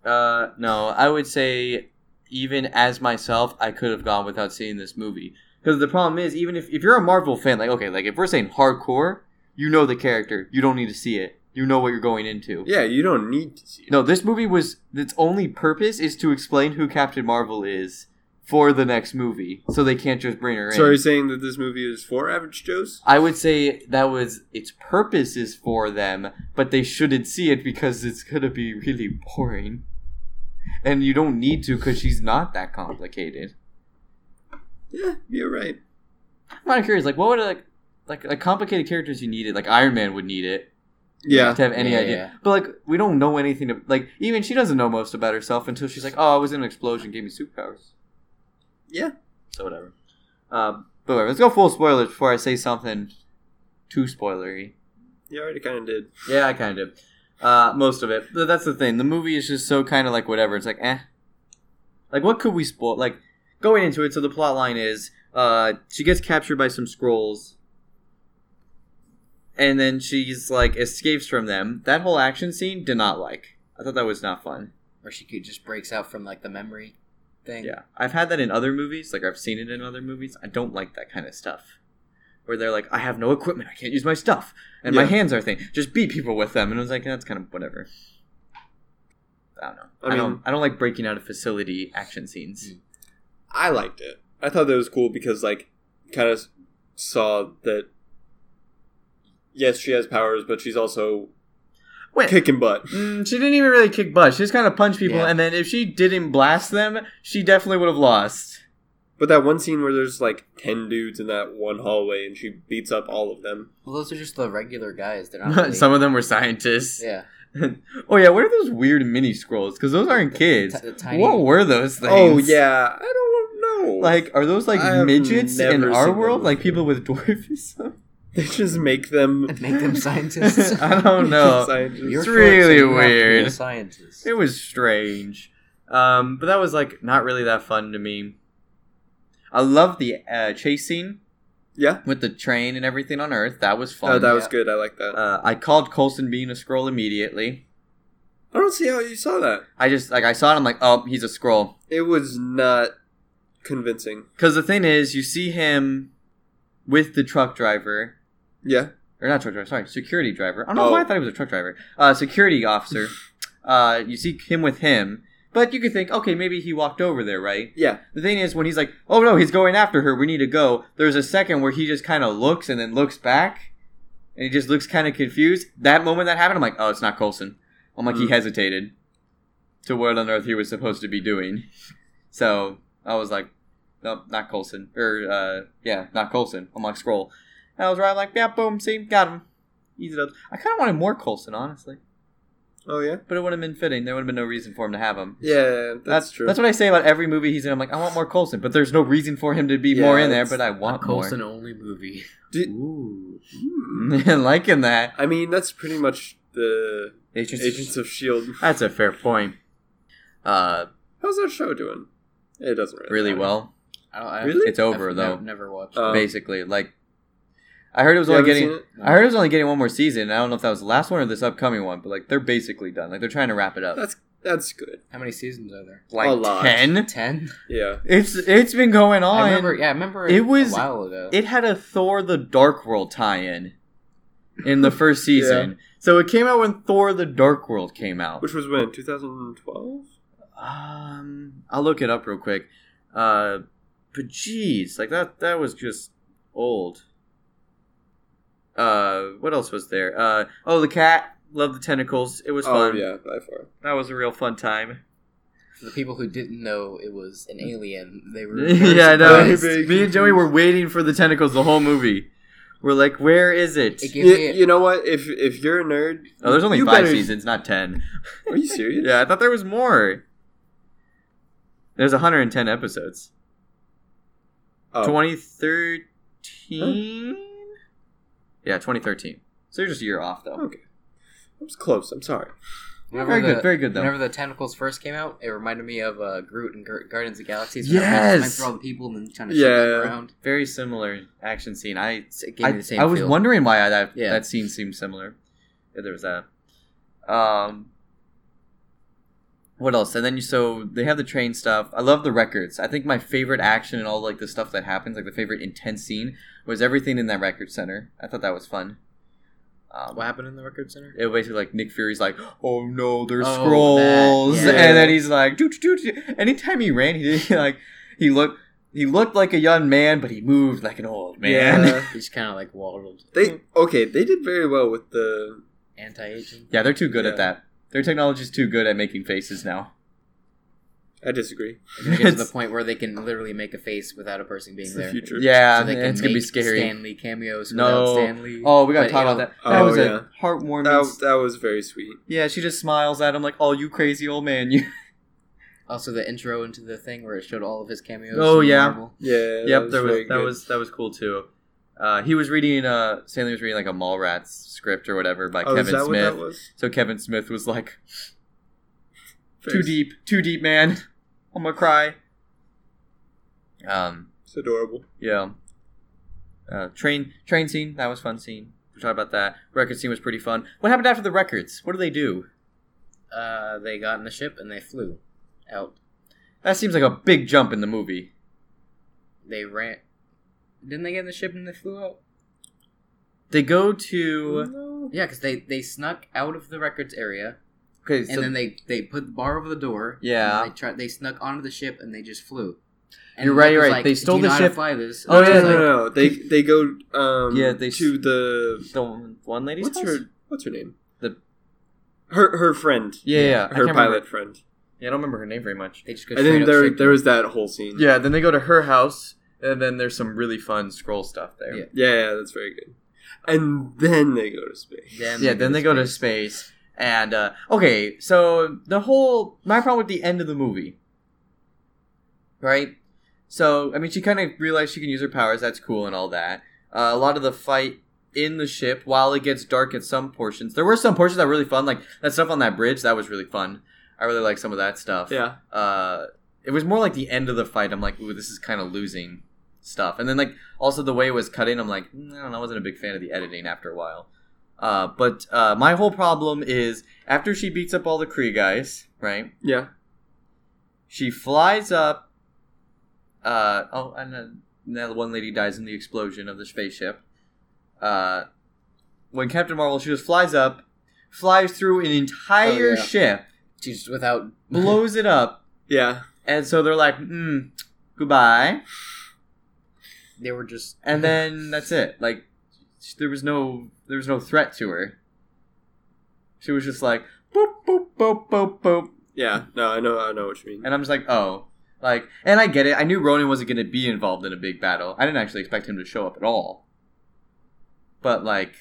S1: Uh, no, I would say even as myself, I could have gone without seeing this movie. Because the problem is, even if, if you're a Marvel fan, like, okay, like if we're saying hardcore, you know the character. You don't need to see it. You know what you're going into.
S2: Yeah, you don't need to see it.
S1: No, this movie was, its only purpose is to explain who Captain Marvel is for the next movie. So they can't just bring her in.
S2: So are you saying that this movie is for average Joes?
S1: I would say that was its purpose is for them, but they shouldn't see it because it's gonna be really boring. And you don't need to because she's not that complicated.
S2: Yeah, you're right.
S1: I'm kind of curious, like what would like like like complicated characters you needed, like Iron Man would need it
S2: Yeah,
S1: to have any
S3: Yeah,
S1: idea.
S3: yeah.
S1: But like we don't know anything to, like even she doesn't know most about herself until she's like, Oh, I was in an explosion, gave me superpowers.
S2: yeah.
S1: So whatever. Um, but whatever, let's go full spoilers before I say something too spoilery.
S2: You already kind of did.
S1: Yeah, I kind of. Uh, most of it. But that's the thing. The movie is just so kind of like whatever. It's like, eh. Like, what could we spoil? Like, going into it, so the plot line is uh, she gets captured by some scrolls. And then she's like, escapes from them. That whole action scene did not like. I thought that was not fun.
S3: Or she could just breaks out from like the memory thing.
S1: Yeah. I've had that in other movies. Like, I've seen it in other movies. I don't like that kind of stuff. Where they're like, I have no equipment. I can't use my stuff. And my
S2: Yeah.
S1: hands are thing. Just beat people with them. And I was like, that's kind of whatever. I don't know.
S2: I
S1: I, don't,
S2: mean-
S1: I don't like breaking out of facility action scenes.
S2: I liked it. I thought that was cool because, like, kind of saw that. Yes, she has powers, but she's also
S1: Wait.
S2: kicking butt.
S1: Mm, she didn't even really kick butt. She just kind of punched people.
S3: Yeah.
S1: And then if she didn't blast them, she definitely would have lost.
S2: But that one scene where there's like ten dudes in that one hallway, and she beats up all of them.
S3: Well, those are just the regular
S1: (laughs)
S3: guys. They're not. Really,
S1: Some of them were scientists.
S3: (laughs) yeah.
S1: (laughs) Oh, yeah. What are those weird mini scrolls? Because those aren't kids.
S3: T- the tiny.
S1: What were those things?
S2: Oh yeah, I don't know.
S1: Like, are those like
S2: I've
S1: midgets in
S2: never
S1: our
S2: seen
S1: world?
S2: them
S1: Like
S2: before.
S1: people with dwarfism?
S2: (laughs) they just make
S1: (laughs)
S2: them.
S3: Make them scientists.
S1: I
S2: (laughs)
S1: don't
S3: (laughs)
S1: know.
S2: scientists.
S3: You're
S1: It's
S3: short, so
S1: really
S3: you have to be a
S1: weird. (laughs)
S3: Scientist.
S1: It was strange. Um, but that was like not really that fun to me. I love the uh, chase scene
S2: yeah,
S1: with the train and everything on Earth. That was
S2: oh,
S1: fun.
S2: that was
S3: yeah.
S2: good. I like that.
S1: uh, I called Colson being a scroll immediately.
S2: I don't see how you saw that.
S1: I just like I saw it. I'm like, oh, he's a scroll.
S2: It was not convincing.
S1: Because the thing is, you see him with the truck driver,
S2: Yeah,
S1: or not truck driver, sorry, security driver. I don't know
S2: Oh.
S1: why I thought he was a truck driver. Uh, security officer. uh, you see him with him, but you could think, okay, maybe he walked over there, right?
S2: yeah,
S1: The thing is, when he's like, oh no, he's going after her, we need to go, there's a second where he just kind of looks and then looks back, and he just looks kind of confused. That moment that happened, I'm like, oh, it's not Colson. I'm like, he
S2: Mm.
S1: hesitated to what on earth he was supposed to be doing. So I was like, nope, not Colson. Or, uh, yeah, not Colson. I'm like, scroll. And I was right, like, yeah, boom, see, got him. Easy to. I kind of wanted more Colson, honestly.
S2: oh yeah,
S1: But it would have been fitting. There would have been no reason for him to have him.
S2: yeah. That's,
S1: That's,
S2: true.
S1: That's what I say about every movie he's in. I'm like, I want more Colson, but there's no reason for him to be
S2: Yeah,
S1: more in there.
S2: it's
S1: But I
S3: A
S1: want
S3: Colson
S1: (laughs)
S3: only movie.
S1: more. (laughs)
S2: Hmm.
S1: Ooh, liking that.
S2: I mean, that's pretty much the
S1: Agents.
S2: Agents of Shield.
S1: That's a fair point. Uh,
S2: How's that show doing? It doesn't really
S1: really
S2: matter.
S1: well.
S3: I don't, I,
S2: Really?
S1: It's over
S3: I've
S1: though. Oh.
S3: nev- never watched.
S2: Um,
S1: basically, like, I heard it was
S2: You
S1: only
S2: haven't
S1: getting.
S2: seen it?
S1: I heard it was only getting one more season. and I don't know if that was the last one or this upcoming one, but like they're basically done. Like they're trying to wrap it up.
S2: That's that's good.
S3: How many seasons are there?
S1: like
S2: a lot.
S1: ten.
S3: Ten.
S2: Yeah,
S1: It's it's been going on.
S3: I remember. Yeah, I remember.
S1: Oh, It was-
S3: a while ago.
S1: it had a Thor the Dark World tie-in in the
S2: (laughs)
S1: first season. So it came out when Thor the Dark World came out.
S2: which was when 2012.
S1: Um, I'll look it up real quick. Uh, but geez, like that that was just old. Uh, what else was there? Uh, oh, the cat. Love the tentacles. It was
S2: Oh
S1: fun.
S2: yeah, by far.
S1: That was a real fun
S2: (laughs)
S1: time. (laughs)
S3: For the people who didn't know it was an alien, they were. very
S1: (laughs) yeah, I know.
S3: (laughs) surprised.
S2: Very
S1: Me and Joey
S2: confused.
S1: were waiting for the tentacles the whole movie. We're like, where is it?
S3: It gave
S2: You,
S3: me.
S2: you know what? If if you're a nerd,
S1: Oh, there's only
S2: you
S1: five
S2: better-
S1: seasons, not ten.
S2: Are you serious?
S1: (laughs) Yeah, I thought there was more. There's 110 episodes.
S2: Oh.
S1: 2013? Yeah, 2013. So you're just a year off, though.
S2: Okay. I was close. I'm sorry.
S3: whenever
S1: Very
S3: the-
S1: good, very good, though.
S3: Whenever the tentacles first came out, it reminded me of uh, Groot and Gu- Guardians of the Galaxy.
S1: Yes!
S3: went through all the people and then trying to
S2: Yeah.
S3: yeah. them around.
S1: Very similar action scene. I
S3: It gave me
S1: I,
S3: the same
S1: I was
S3: feel.
S1: wondering why I, that,
S3: Yeah.
S1: that scene seemed similar. Yeah, there was that. Um, what else? And then you so they have the train stuff. I love the records. I think my favorite action and all like the stuff that happens, like the favorite intense scene, was everything in that record center. I thought that was fun. Um,
S3: What happened in the record center?
S1: it was basically like Nick Fury's like, oh no, there's
S3: Oh,
S1: scrolls,
S3: that, yeah.
S1: and then he's like, doo doo doo. doo. Anytime he ran, he did he, (laughs) like he looked he looked like a young man, but he moved like an old man. (laughs) Yeah,
S2: Yeah.
S3: He's kind of like waddled.
S2: They okay. They did very well with the
S3: Anti-aging.
S1: they're too good
S2: Yeah.
S1: at that. Their technology's too good at making faces now.
S2: I disagree.
S3: They Get to the point where they can literally make a face without a person being
S2: It's
S3: there.
S2: the future.
S1: yeah,
S3: So they can
S1: it's gonna be
S3: make
S1: scary.
S3: Stanley cameos.
S1: No.
S3: without Stanley.
S1: Oh, we gotta
S3: But
S1: talk about
S3: it'll-
S1: that. That
S2: Oh,
S1: was
S2: yeah.
S1: a heartwarming.
S2: That
S1: s-
S2: that was very sweet.
S1: yeah, she just smiles at him like, "Oh, you crazy old man, (laughs) you."
S3: Also, the intro into the thing where it showed all of his cameos.
S1: Oh,
S3: in
S1: yeah.
S3: Marvel.
S2: Yeah.
S1: yep, there was
S2: very
S1: that
S2: good.
S1: was that was cool too. Uh, he was reading. Uh, Stanley was reading like a Mallrats script or whatever by
S2: Oh, is
S1: Kevin
S2: that what
S1: Smith.
S2: that was?
S1: So Kevin Smith was like,
S2: Very
S1: "Too deep, too deep, man. I'm gonna cry." Um.
S2: It's adorable.
S1: Yeah. Uh, train train scene that was fun scene. We talked about that. Record scene was pretty fun. What happened after the records? What do they do?
S3: Uh, they got in the ship and they flew out.
S1: That seems like a big jump in the movie.
S3: They ran. Didn't they get in the ship and they flew out?
S1: They go to
S3: Yeah, because they they snuck out of the records area
S1: okay,
S3: and then they they put the bar over the door.
S1: Yeah.
S3: and they tried. They snuck onto the ship and they just flew.
S1: You're right,
S3: Luke
S1: you're
S3: was
S1: right. They
S3: "Do
S1: stole
S3: you
S1: the
S3: know how to
S1: ship."
S3: Fly this.
S1: Oh,
S3: And I
S1: yeah,
S2: no,
S3: was
S2: no,
S3: like,
S2: no. They they go um
S1: Yeah, they s-
S2: to the
S1: the one- one lady's
S2: what's
S1: house?
S2: her what's her name
S1: The-
S2: her her friend
S1: Yeah, yeah, yeah. I
S2: her
S1: can't
S2: pilot
S1: Remember.
S2: friend.
S1: Yeah, I don't remember her name very much.
S3: They just go
S2: And
S3: straight
S2: then
S3: up
S2: there
S3: straight
S2: there was that whole scene.
S1: Yeah, then they go to her house, and then there's some really fun scroll stuff there.
S3: Yeah.
S2: yeah, yeah, that's very good. And then they go to space.
S3: Then
S1: Yeah, then they go to
S3: space.
S1: space, and uh, okay, so the whole my problem with the end of the movie, right? So I mean, she kind of realized she can use her powers. That's cool and all that. Uh, a lot of the fight in the ship, while it gets dark at some portions, there were some portions that were really fun, like that stuff on that bridge. That was really fun. I really like some of that stuff.
S2: Yeah.
S1: uh, it was more like the end of the fight. I'm like, ooh, this is kind of losing stuff. And then like also the way it was cutting, I'm like, mm, I don't know, I wasn't a big fan of the editing after a while. Uh, but uh, my whole problem is after she beats up all the Kree guys, right?
S2: Yeah.
S1: She flies up. Uh, oh, and then now the one lady dies in the explosion of the spaceship. Uh, when Captain Marvel, she just flies up, flies through an entire
S3: Oh, yeah.
S1: ship,
S3: She's without
S1: blows it up,
S2: Yeah.
S1: and so they're like, mm, goodbye.
S3: They were just
S1: And
S3: (laughs)
S1: then that's it. Like, sh- there was no there was no threat to her. She was just like, boop, boop, boop, boop, boop.
S2: Yeah. No, I know I know what you mean.
S1: And I'm just like, oh. Like, and I get it. I knew Ronan wasn't going to be involved in a big battle. I didn't actually expect him to show up at all. But, like,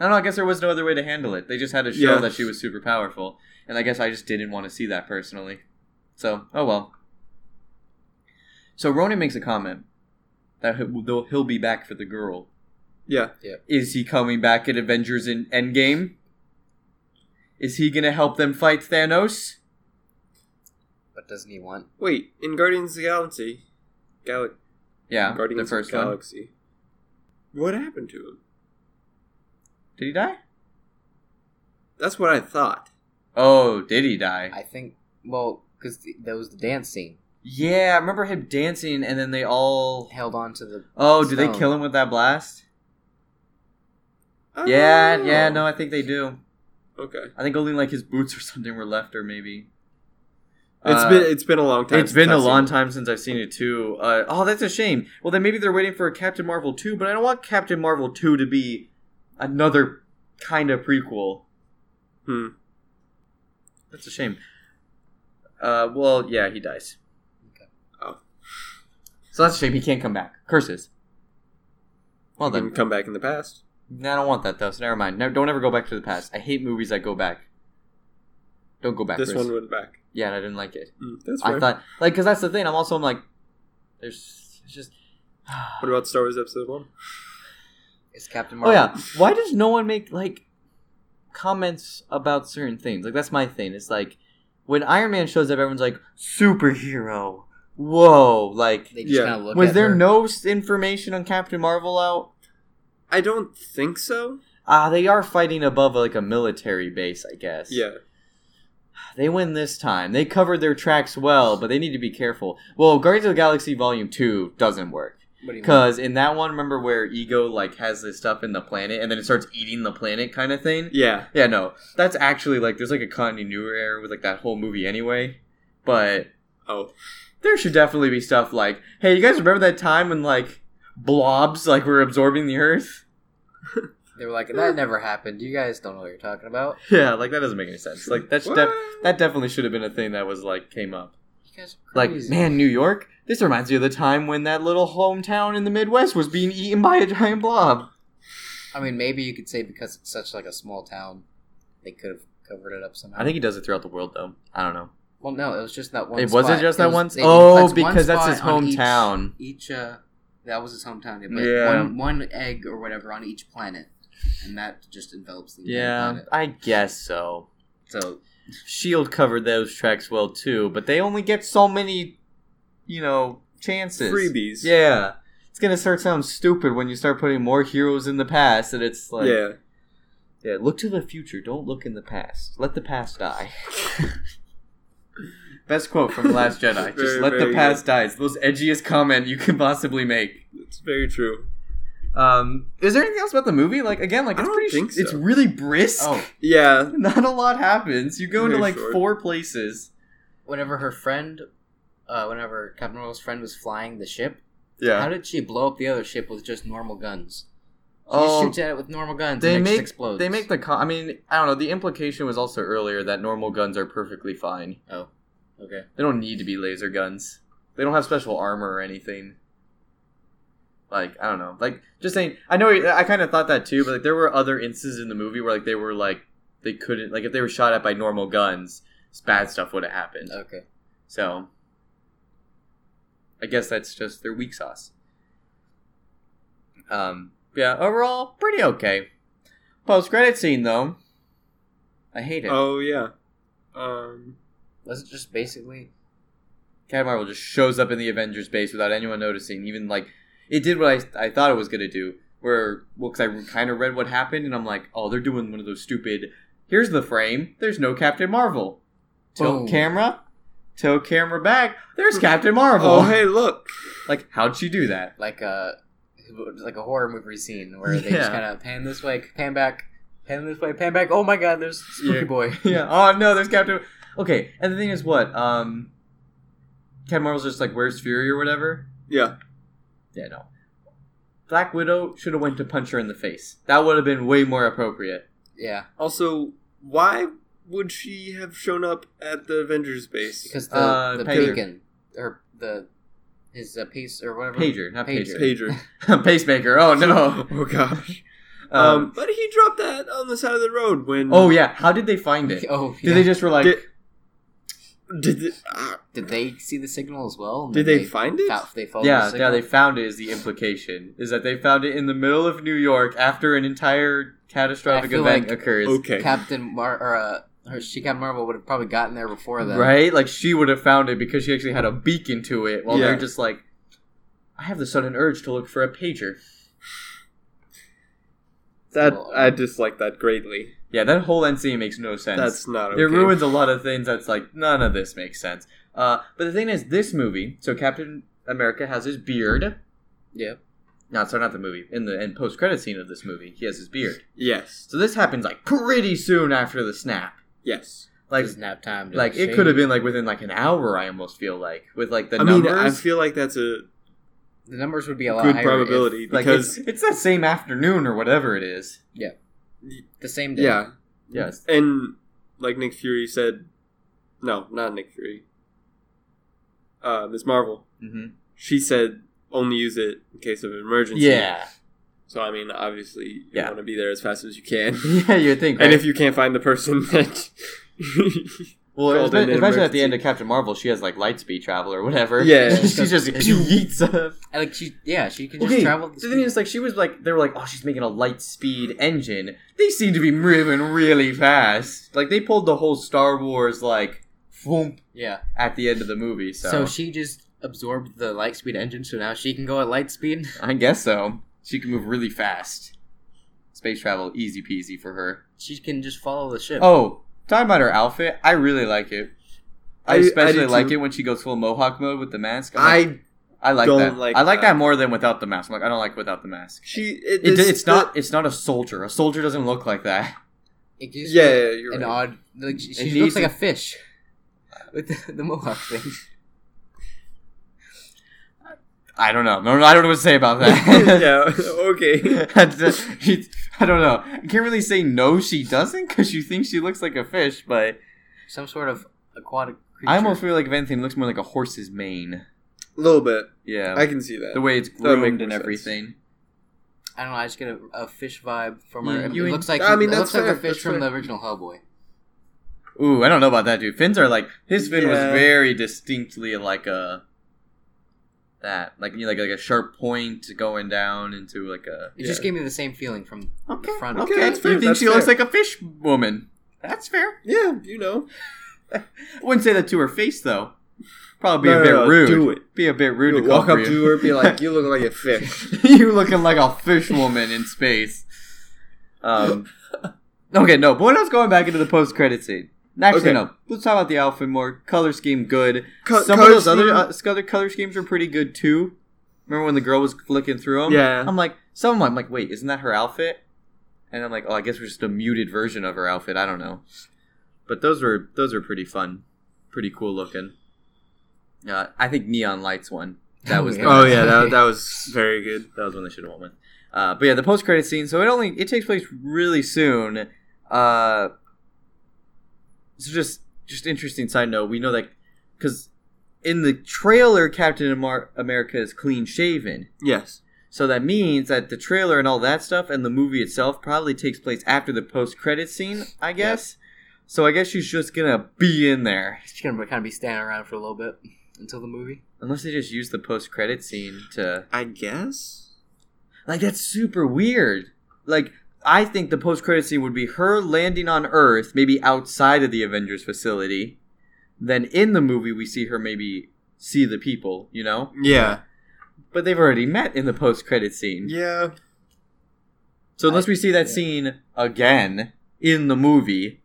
S1: I don't know. I guess there was no other way to handle it. They just had to show
S2: Yeah.
S1: that she was super powerful. And I guess I just didn't want to see that personally. So, oh well. So, Ronan makes a comment that he- though he'll be back for the girl.
S2: Yeah.
S1: Is he coming back at Avengers in Endgame? Is he going to help them fight Thanos?
S3: but doesn't he want?
S2: Wait, in Guardians of the Galaxy Gal-
S1: Yeah, the
S2: Guardians
S1: first
S2: of the
S1: one.
S2: Galaxy. What happened to him?
S1: Did he die?
S2: That's what I thought.
S1: Oh, did he die?
S3: I think well because that was the dance scene.
S1: yeah, I remember him dancing, and then they all.
S3: Held on to the
S1: Oh, do they
S3: Stone.
S1: kill him with that blast?
S2: I
S1: Yeah,
S2: don't
S1: yeah, no,
S2: know.
S1: I think they do.
S2: Oh. Okay.
S1: I think only like his boots or something were left, or maybe.
S2: It's
S1: Uh,
S2: been it's been a long time.
S1: it's been
S2: since
S1: a
S2: I've
S1: long
S2: seen
S1: time since I've seen it too. Uh, oh, that's a shame. Well, then maybe they're waiting for a Captain Marvel two, but I don't want Captain Marvel two to be another kind of prequel.
S2: it. Hmm.
S1: That's a shame. Uh, well, yeah, he dies.
S3: Okay.
S2: Oh.
S1: So that's a shame. He can't come back. Curses. Well
S2: He can
S1: then,
S2: come back in the past.
S1: No, I don't want that though. So never mind. No, don't ever go back to the past. I hate movies that go back. Don't go back.
S2: This one went back.
S1: yeah, and I didn't like it.
S2: Hmm, that's
S1: I
S2: fair.
S1: thought like because that's the thing. I'm also I'm like, there's it's just.
S2: What about Star Wars Episode One?
S3: It's
S1: (sighs)
S3: Captain
S1: Oh
S3: Marvel.
S1: yeah, why does no one make like comments about certain things? Like that's my thing. It's like when Iron Man shows up, everyone's like superhero. Whoa! Like,
S3: They just
S2: Yeah.
S3: kind of look.
S1: was
S3: at
S1: there
S3: her.
S1: no s- information on Captain Marvel out?
S2: I don't think so.
S1: Ah, they are fighting above like a military base, I guess.
S2: Yeah.
S1: They win this time. They covered their tracks well, but they need to be careful. Well, Guardians of the Galaxy Volume 2 doesn't work.
S3: What do you mean?
S1: Because in that one, remember where Ego like has this stuff in the planet and then it starts eating the planet kind of thing?
S2: Yeah.
S1: Yeah, no. That's actually like there's like a continuity error with like that whole movie anyway. But
S2: Oh.
S1: there should definitely be stuff like, hey, you guys remember that time when like blobs like were absorbing the earth? (laughs)
S3: They were like, that never happened. You guys don't know what you're talking about.
S1: Yeah, like that doesn't make any sense. Like that's
S2: What?
S1: def- that definitely should have been a thing that was like came up.
S3: You guys are
S1: Like,
S3: crazy.
S1: man, New York. This reminds me of the time when that little hometown in the Midwest was being eaten by a giant blob.
S3: I mean, maybe you could say because it's such like a small town, they could have covered it up somehow.
S1: I think he does it throughout the world, though. I don't know.
S3: Well, no, it was just that one.
S1: it wasn't
S3: spot.
S1: just
S3: It
S1: that
S3: was-
S1: one.
S3: they- they
S1: Oh,
S3: flexed one
S1: because that's his
S3: spot on each-
S1: hometown.
S3: Each, uh, that was his hometown. They put
S1: Yeah.
S3: one, one egg or whatever on each planet, and that just envelops the entire
S1: Yeah,
S3: planet.
S1: I guess so.
S3: So
S1: Shield E covered those tracks well too, but they only get so many, you know, chances.
S2: Freebies.
S1: Yeah, it's gonna start sounding stupid when you start putting more heroes in the past, and it's like,
S2: yeah.
S1: yeah, look to the future. Don't look in the past. Let the past die. Best quote from The
S2: (laughs)
S1: Last Jedi. Just
S2: Very,
S1: let the
S2: very
S1: past die. It's the most edgiest comment you can possibly make.
S2: It's very true.
S1: Um, is there anything else about the movie? Like again, like
S2: I
S1: it's
S2: don't
S1: pretty.
S2: think
S1: It's
S2: so.
S1: really brisk.
S3: oh,
S2: Yeah.
S1: (laughs) Not a lot happens. You go into
S2: Very
S1: like
S2: short.
S1: four places.
S3: whenever her friend, uh, whenever Captain Marvel's friend was flying the ship,
S1: Yeah.
S3: how did she blow up the other ship with just normal guns? She
S1: Oh,
S3: just shoots at it with normal guns.
S1: they
S3: and it
S1: make-
S3: just explodes.
S1: They make the. Co- I mean, I don't know. The implication was also earlier that normal guns are perfectly fine.
S3: oh, okay.
S1: They don't need to be laser guns. They don't have special armor or anything. Like I don't know. Like just saying. I know. I kind of thought that too. But like there were other instances in the movie where like they were like they couldn't like if they were shot at by normal guns, bad stuff would have happened.
S3: Okay.
S1: So I guess that's just their weak sauce. Um yeah, overall pretty okay. Post credit scene though. I hate it.
S2: Oh yeah. Um.
S3: Was it just basically?
S1: Captain Marvel just shows up in the Avengers base without anyone noticing. Even like it did what I, I thought it was gonna do. Where well, 'cause I kind of read what happened, and I'm like, oh, they're doing one of those stupid. Here's the frame. There's no Captain Marvel. Tilt
S2: Oh.
S3: Boom.
S1: camera. Tilt camera back.
S2: (laughs)
S1: There's Captain Marvel.
S2: Oh hey, look.
S1: Like, how'd she do that?
S3: like a like a horror movie scene where they just
S1: Yeah.
S3: kind of pan this way, pan back, pan this way, pan back. Oh my God, there's Spooky
S1: Yeah. (laughs)
S3: Boy.
S1: yeah. Oh no, there's Captain. Okay, and the thing is, what? Um, Captain Marvel's just like, "Where's Fury?" or whatever.
S2: Yeah.
S1: Yeah, no. Black Widow should have went to punch her in the face. That would have been way more appropriate.
S3: Yeah,
S2: Also, why would she have shown up at the Avengers
S1: (laughs)
S2: base?
S3: because the
S1: Uh,
S3: the
S1: Pager.
S3: beacon or the his uh, piece or whatever
S1: Pager, not
S3: Pager.
S1: pager. (laughs)
S2: pager.
S1: Pacemaker. Oh no.
S2: (laughs) oh gosh. Um,
S1: Um,
S2: But he dropped that on the side of the road when.
S1: oh yeah. How did they find
S3: (laughs)
S1: it? Did
S3: (laughs) Oh, yeah.
S1: they just were like?
S2: Did- Did the, ah,
S3: did they see the signal as well? And
S2: did
S3: then
S2: they, find it?
S3: fou- they followed
S1: yeah,
S3: the
S1: yeah.
S3: signal?
S1: They found it. Is the implication is that they found it in the middle of New York after an entire catastrophic
S3: feel
S1: event
S3: like-
S1: occurs.
S2: okay.
S3: Captain Mar or uh, her she Captain Marvel would have probably gotten there before that.
S1: Right? Like she would have found it because she actually had a beacon to it while they're
S2: Yeah.
S1: just like I have the sudden urge to look for a pager.
S2: that
S3: Well,
S2: I dislike that greatly.
S1: Yeah, that whole end scene makes no sense.
S2: That's not okay.
S1: It ruins a lot of things that's like none of this makes sense. Uh, but the thing is this movie, so Captain America has his beard.
S3: Yeah.
S1: No, sorry, not the movie. In the end post credit scene of this movie, he has his beard.
S2: Yes.
S1: So this happens like pretty soon after the snap.
S2: Yes.
S1: Like
S3: Just nap time. to
S1: like it
S3: shave.
S1: could have been like within like an hour I almost feel like with like the
S2: I mean,
S1: numbers.
S2: I feel like that's a
S3: The numbers would be a lot
S2: good
S3: higher
S2: probability
S1: like
S2: because
S1: it's, it's that same afternoon or whatever it is.
S3: if the same day.
S2: yeah,
S1: Yes.
S2: and like Nick Fury said, no, not Nick Fury. Uh, Ms. Marvel,
S1: hmm
S2: she said only use it in case of an emergency.
S1: Yeah.
S2: So I mean, obviously, you
S1: Yeah.
S2: want to be there as fast as
S1: (laughs)
S2: you can.
S1: Mm-hmm. Yeah, you'd think.
S2: And
S1: right?
S2: if you can't find the person, (laughs) that
S1: well,
S2: called in
S1: especially, especially at
S2: an
S1: the
S2: emergency.
S1: end of Captain Marvel, she has like light speed travel or whatever. (laughs)
S2: Yeah.
S1: she just yeets up.
S3: I like she yeah she can just
S1: Okay,
S3: travel.
S1: the thing is, like, she was like, they were like, oh, she's making a light speed engine. They seem to be moving really fast. Like, they pulled the whole Star Wars like, whoomp
S3: yeah.
S1: at the end of the movie. So,
S3: So she just absorbed the light speed (laughs) engine, so now she can go at light speed.
S1: I guess so. She can move really fast. space travel easy peasy for her.
S3: She can just follow the ship.
S1: Oh, talking about her outfit, I really like it. I,
S2: I- I do
S1: especially like
S2: too.
S1: it when she goes full mohawk mode with the mask. I'm like,
S2: I
S1: I like
S2: don't
S1: that.
S2: like
S1: I like
S2: that.
S1: that more than without the mask. I'm like I don't like without the mask.
S2: she
S1: It,
S2: this-
S1: it's not. It's not a soldier. A soldier doesn't look like that.
S3: It
S2: the-
S3: gives
S2: Yeah,
S3: her
S2: yeah, you're
S3: an
S2: right.
S3: odd. Like, she she
S1: It
S3: looks
S1: needs
S3: like
S1: a-
S3: a fish with the, the mohawk thing.
S1: I don't know. No, no, I don't know what to say about that.
S2: (laughs) (laughs) yeah. Okay.
S1: That's just- she- (laughs) I don't know. You can't really say no. She doesn't because you think she looks like a fish, but
S3: (laughs) Some sort of aquatic creature.
S1: I almost feel like if anything, it looks more like a horse's mane.
S2: A little bit.
S1: Yeah,
S2: I can see that.
S1: the way it's
S2: would
S1: groomed
S2: make more
S1: and
S2: sense.
S1: everything.
S3: I don't know. I just get a, a fish vibe from
S1: You-
S3: her.
S1: you
S3: it
S1: en-
S3: looks like
S2: I mean,
S3: it
S2: that's
S3: looks like a
S2: fair,
S3: fish
S2: that's
S3: from
S2: fair.
S3: the original Hellboy.
S1: Ooh, I don't know about that, dude. Fins are like his fin was
S2: Yeah.
S1: very distinctly like a that like you know, like like a sharp point going down into like a
S3: It just
S2: Yeah.
S3: gave me the same feeling from
S1: okay.
S3: the front.
S1: Okay,
S2: that's fair,
S1: you think
S2: that's
S1: she looks
S2: fair.
S1: like a fish woman? That's fair.
S2: yeah, you know.
S1: I wouldn't say that to her face though. Probably be
S2: No,
S1: a
S2: no,
S1: bit
S2: no,
S1: rude.
S2: do it.
S1: Be a bit rude
S2: You
S1: to
S2: walk
S1: call
S2: up to her, be (laughs) like, "You look like a fish."
S1: you looking like a fish woman in space. Um, okay, no, but we're not going back into the post credit scene. Actually,
S2: Okay.
S1: no. Let's talk about the outfit more. Color scheme, good.
S2: Co-
S1: Some of
S2: color
S1: those other
S2: scheme-
S1: uh, s- other color schemes are pretty good too. Remember when the girl was flicking through them?
S2: Yeah.
S1: I'm like, some of them, I'm like, wait, isn't that her outfit? And I'm like, oh, I guess we're just a muted version of her outfit. I don't know. But those were those are pretty fun, pretty cool looking. Uh, I think neon lights one. That
S2: (laughs)
S1: was the
S3: Yeah.
S2: Oh yeah, that, that was very good.
S1: that was when they should have went with. Uh, but yeah, the post credit scene. So it only it takes place really soon. Uh, so just just interesting side note. We know that because in the trailer, Captain Amar- America is clean shaven.
S2: Yes.
S1: So that means that the trailer and all that stuff and the movie itself probably takes place after the post credit scene. I guess. So I guess she's just gonna be in there
S3: She's gonna kind of be standing around for a little bit (laughs) until the movie.
S1: unless they just use the post credit scene to
S2: I guess.
S1: Like that's super weird. Like I think the post credit scene would be her landing on Earth, maybe outside of the Avengers facility. Then in the movie we see her maybe see the people, you know?
S2: Yeah.
S1: But they've already met in the post credit scene.
S2: Yeah.
S1: So unless we see that
S3: yeah.
S1: scene again in the movie,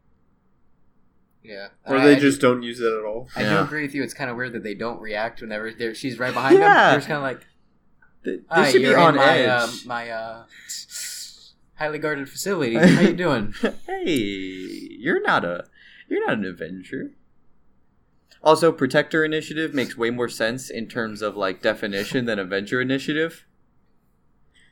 S3: Yeah.
S2: Or
S3: I-
S2: they
S3: I
S2: just don't use it at all.
S3: I do
S1: Yeah.
S3: agree with you. It's kind of weird that they don't react whenever they're, she's right behind
S1: Yeah.
S3: them. They're just kind of like,
S1: th- they
S3: "Hi,
S1: should be
S3: you're
S1: on
S3: in my,
S1: edge.
S3: Uh, my uh, highly guarded
S1: (laughs)
S3: facility. How you doing?
S1: hey, you're not a you're not an Avenger. Also, Protector Initiative makes way more sense in terms of like definition than Avenger Initiative.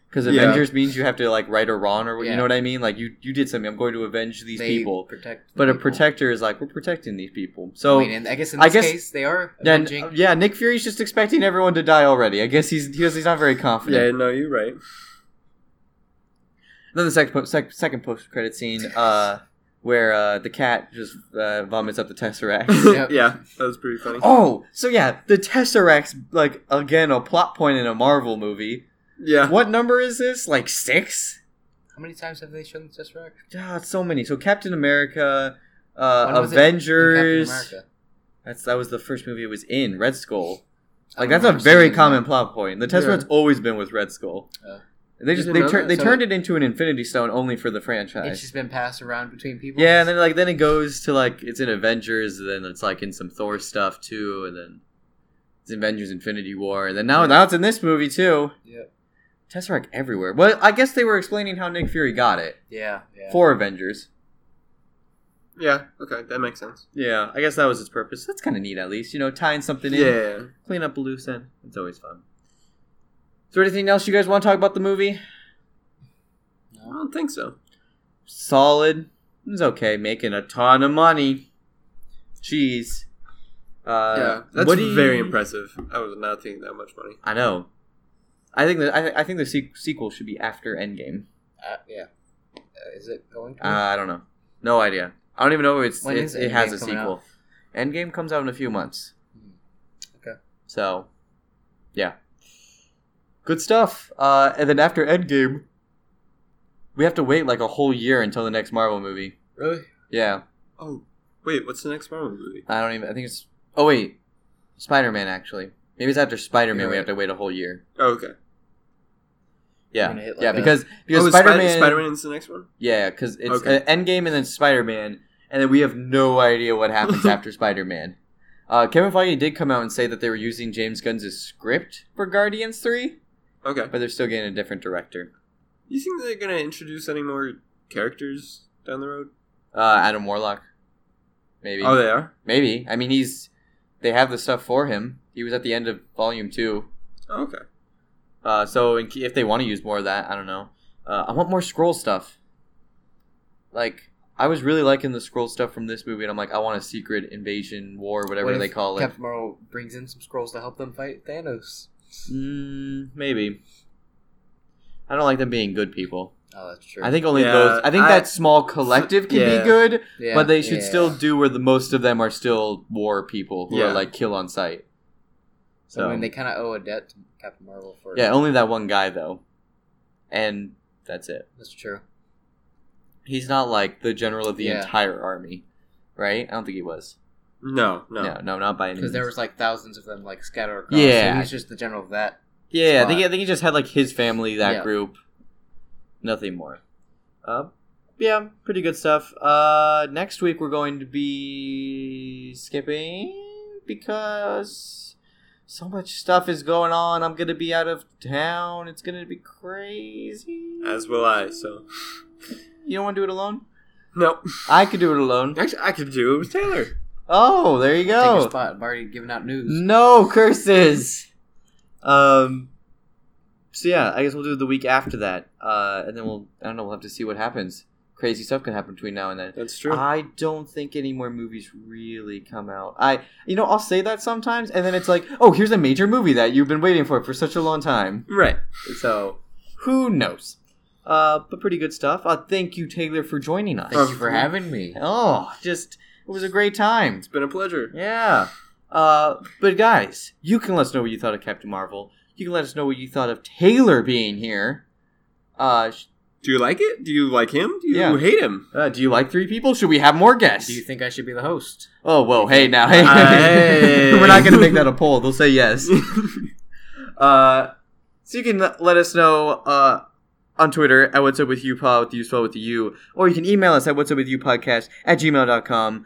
S1: Because
S2: Yeah.
S1: Avengers means you have to like right or wrong or what you
S3: Yeah.
S1: know what I mean. Like you you did something. I'm going to avenge these
S3: They
S1: people.
S3: protect. the
S1: But a
S3: people.
S1: protector is like we're protecting these people.
S3: I
S1: So
S3: mean, and I guess in
S1: I
S3: this
S1: guess- uh,
S3: case they are
S1: yeah,
S3: avenging.
S1: n- yeah, Nick Fury's just expecting everyone to die already. I guess he's he's, he's not very confident.
S2: Yeah, no, you're right.
S1: Then the second po- sec- second post credit scene, uh, where uh, the cat just uh, vomits up the
S3: (laughs)
S1: tesseract.
S2: (laughs)
S3: Yep.
S2: yeah, that was pretty funny.
S1: oh, so yeah, the tesseract's like again a plot point in a Marvel movie.
S2: Yeah.
S1: What number is this? Like six?
S3: How many times have they shown the Tesseract?
S1: God, so many. So Captain America, uh,
S3: When was it in
S1: Avengers.
S3: Captain America?
S1: That's that was the first movie it was in. Red Skull.
S3: I
S1: Like
S3: don't
S1: that's a
S3: remember
S1: very
S3: seeing that.
S1: common plot point. The Tesseract's always been with Red Skull.
S3: Oh.
S1: They just
S2: You
S1: they,
S2: didn't know
S1: tur-
S2: that?
S1: they
S3: So-
S1: turned it into an Infinity Stone only for the franchise.
S3: It's just been passed around between people.
S1: Yeah, and then like then it goes to like it's in Avengers, and then it's like in some Thor stuff too, and then it's Avengers Infinity War, and then now now it's in this movie too.
S3: Yep.
S1: Tesseract everywhere. Well, I guess they were explaining how Nick Fury got it
S3: yeah, yeah.
S1: for Avengers.
S2: Yeah, okay, that makes sense.
S1: Yeah, I guess that was its purpose. That's kind of neat, at least you know, tying something in,
S2: Yeah.
S1: clean up a loose end. It's always fun. Is there anything else you guys want to talk about the movie?
S2: I don't think so.
S1: Solid. It's okay, making a ton of money. Jeez. Uh,
S2: yeah, that's
S1: what do you-
S2: very impressive. I was not thinking that much money.
S1: I know. I think that I, I think the se- sequel should be after Endgame.
S3: Uh, yeah. Uh, is it going?
S1: Uh,
S3: To
S1: I don't know. No idea. I don't even know if it's
S3: When
S1: it,
S3: is
S1: it has
S3: Endgame
S1: a
S3: coming
S1: sequel. Endgame comes out in a few months.
S3: Hmm. Okay.
S1: So, yeah. Good stuff. Uh, and then after Endgame, we have to wait like a whole year until the next Marvel movie.
S3: really?
S1: Yeah,
S2: Oh, wait, what's the next Marvel movie?
S1: I don't even. I think it's. Oh wait, Spider Man actually. Maybe it's after Spider Man.
S3: You're
S1: We
S3: right.
S1: have to wait a whole year.
S2: Oh, okay.
S1: Yeah,
S3: gonna hit like
S1: yeah,
S3: a-
S1: because because
S2: Oh,
S1: Spider Man,
S2: Spider Man's the next one.
S1: yeah, because it's
S2: Okay.
S1: uh, Endgame and then Spider Man, and then we have no idea what
S2: (laughs)
S1: happens after Spider Man. Uh, Kevin Feige did come out and say that they were using James Gunn's script for Guardians Three,
S2: Okay.
S1: but they're still getting a different director.
S2: You think they're gonna introduce any more characters down the road?
S1: Uh, Adam Warlock, maybe,
S2: Oh, they are.
S1: maybe. I mean, he's they have the stuff for him. He was at the end of Volume Two.
S2: Oh, okay.
S1: Uh, so in, if they want to use more of that, I don't know. Uh, I want more scroll stuff. Like I was really liking the scroll stuff from this movie, and I'm like, I want a secret invasion war, whatever
S3: What
S1: they
S3: if
S1: call it.
S3: Captain Marvel brings in some scrolls to help them fight Thanos.
S1: Mm, maybe. I don't like them being good people.
S3: Oh, that's true.
S1: I think only
S2: Yeah,
S1: those. I think
S2: I-
S1: that small collective can
S2: Yeah.
S1: be good,
S3: Yeah,
S1: but they should
S3: yeah.
S1: still do where the most of them are still war people who
S2: Yeah.
S1: are like kill on sight.
S3: So I mean, they kind of owe a debt to Captain Marvel for.
S1: yeah, only that one guy though, and that's it.
S3: that's true.
S1: He's not like the general of the
S3: Yeah.
S1: entire army, right? I don't think he was.
S2: No, no.
S1: No, no, not by any means.
S3: Because there was like thousands of them like scattered across.
S1: Mm. Yeah.
S3: so he's just the general of that.
S1: yeah, I think,
S3: Squad.
S1: I think he just had like his family, that
S3: Yeah.
S1: group, nothing more. Uh, yeah, pretty good stuff. Uh, next week we're going to be skipping because so much stuff is going on. I'm gonna be out of town. It's gonna be crazy.
S2: As will I. So.
S1: you don't want to do it alone?
S2: No. (laughs)
S1: I could do it alone.
S2: Actually, I could do it with Taylor.
S1: Oh, there you
S3: Take
S1: go.
S3: your spot. I've already given out news.
S1: No curses. Um. So yeah, I guess we'll do it the week after that, uh, and then we'll I don't know we'll have to see what happens. Crazy stuff can happen between now and then.
S2: That's true.
S1: I don't think any more movies really come out. I you know I'll say that sometimes, and then it's like, oh, here's a major movie that you've been waiting for for such a long time.
S2: right.
S1: So who knows? Uh, but pretty good stuff. Uh, thank you, Taylor, for joining us.
S3: Thank you for having me.
S1: Oh, just it was a great time.
S2: It's been a pleasure.
S1: Yeah. Uh, but guys, you can let us know what you thought of Captain Marvel. You can let us know what you thought of Taylor being here. Uh, sh-
S2: Do you like it? Do you like him? Do you
S1: Yeah.
S2: hate him? (laughs)
S1: uh, do you like three people? Should we have more guests?
S3: Do you Uh, think I should be the host?
S1: oh, whoa, hey now, hey. (laughs)
S2: Hey.
S1: We're not gonna make that a poll. They'll say
S3: (laughs)
S1: yes. Uh, so you can let us know uh, on Twitter at What's Up With You Pod with the U spelled with the U, or you can email us at What's Up With You Podcast at gmail.com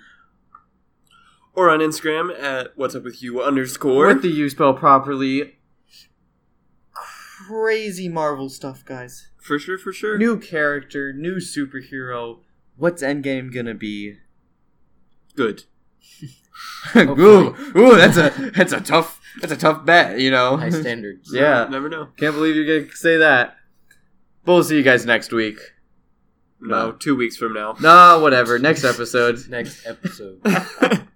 S2: or on Instagram at what's up with you underscore.
S1: with the U spelled properly. Crazy Marvel stuff, guys.
S2: for sure, for sure.
S1: new character, new superhero. What's Endgame gonna be?
S2: Good.
S1: (laughs) ooh, ooh, that's a that's a tough that's a tough bet, you know. (laughs)
S3: High standards.
S1: yeah,
S2: Never know.
S1: can't believe you're gonna say that. But we'll see you guys next week.
S2: No, two weeks from now.
S1: (laughs) Nah, whatever. Next episode.
S3: Next episode.
S2: No.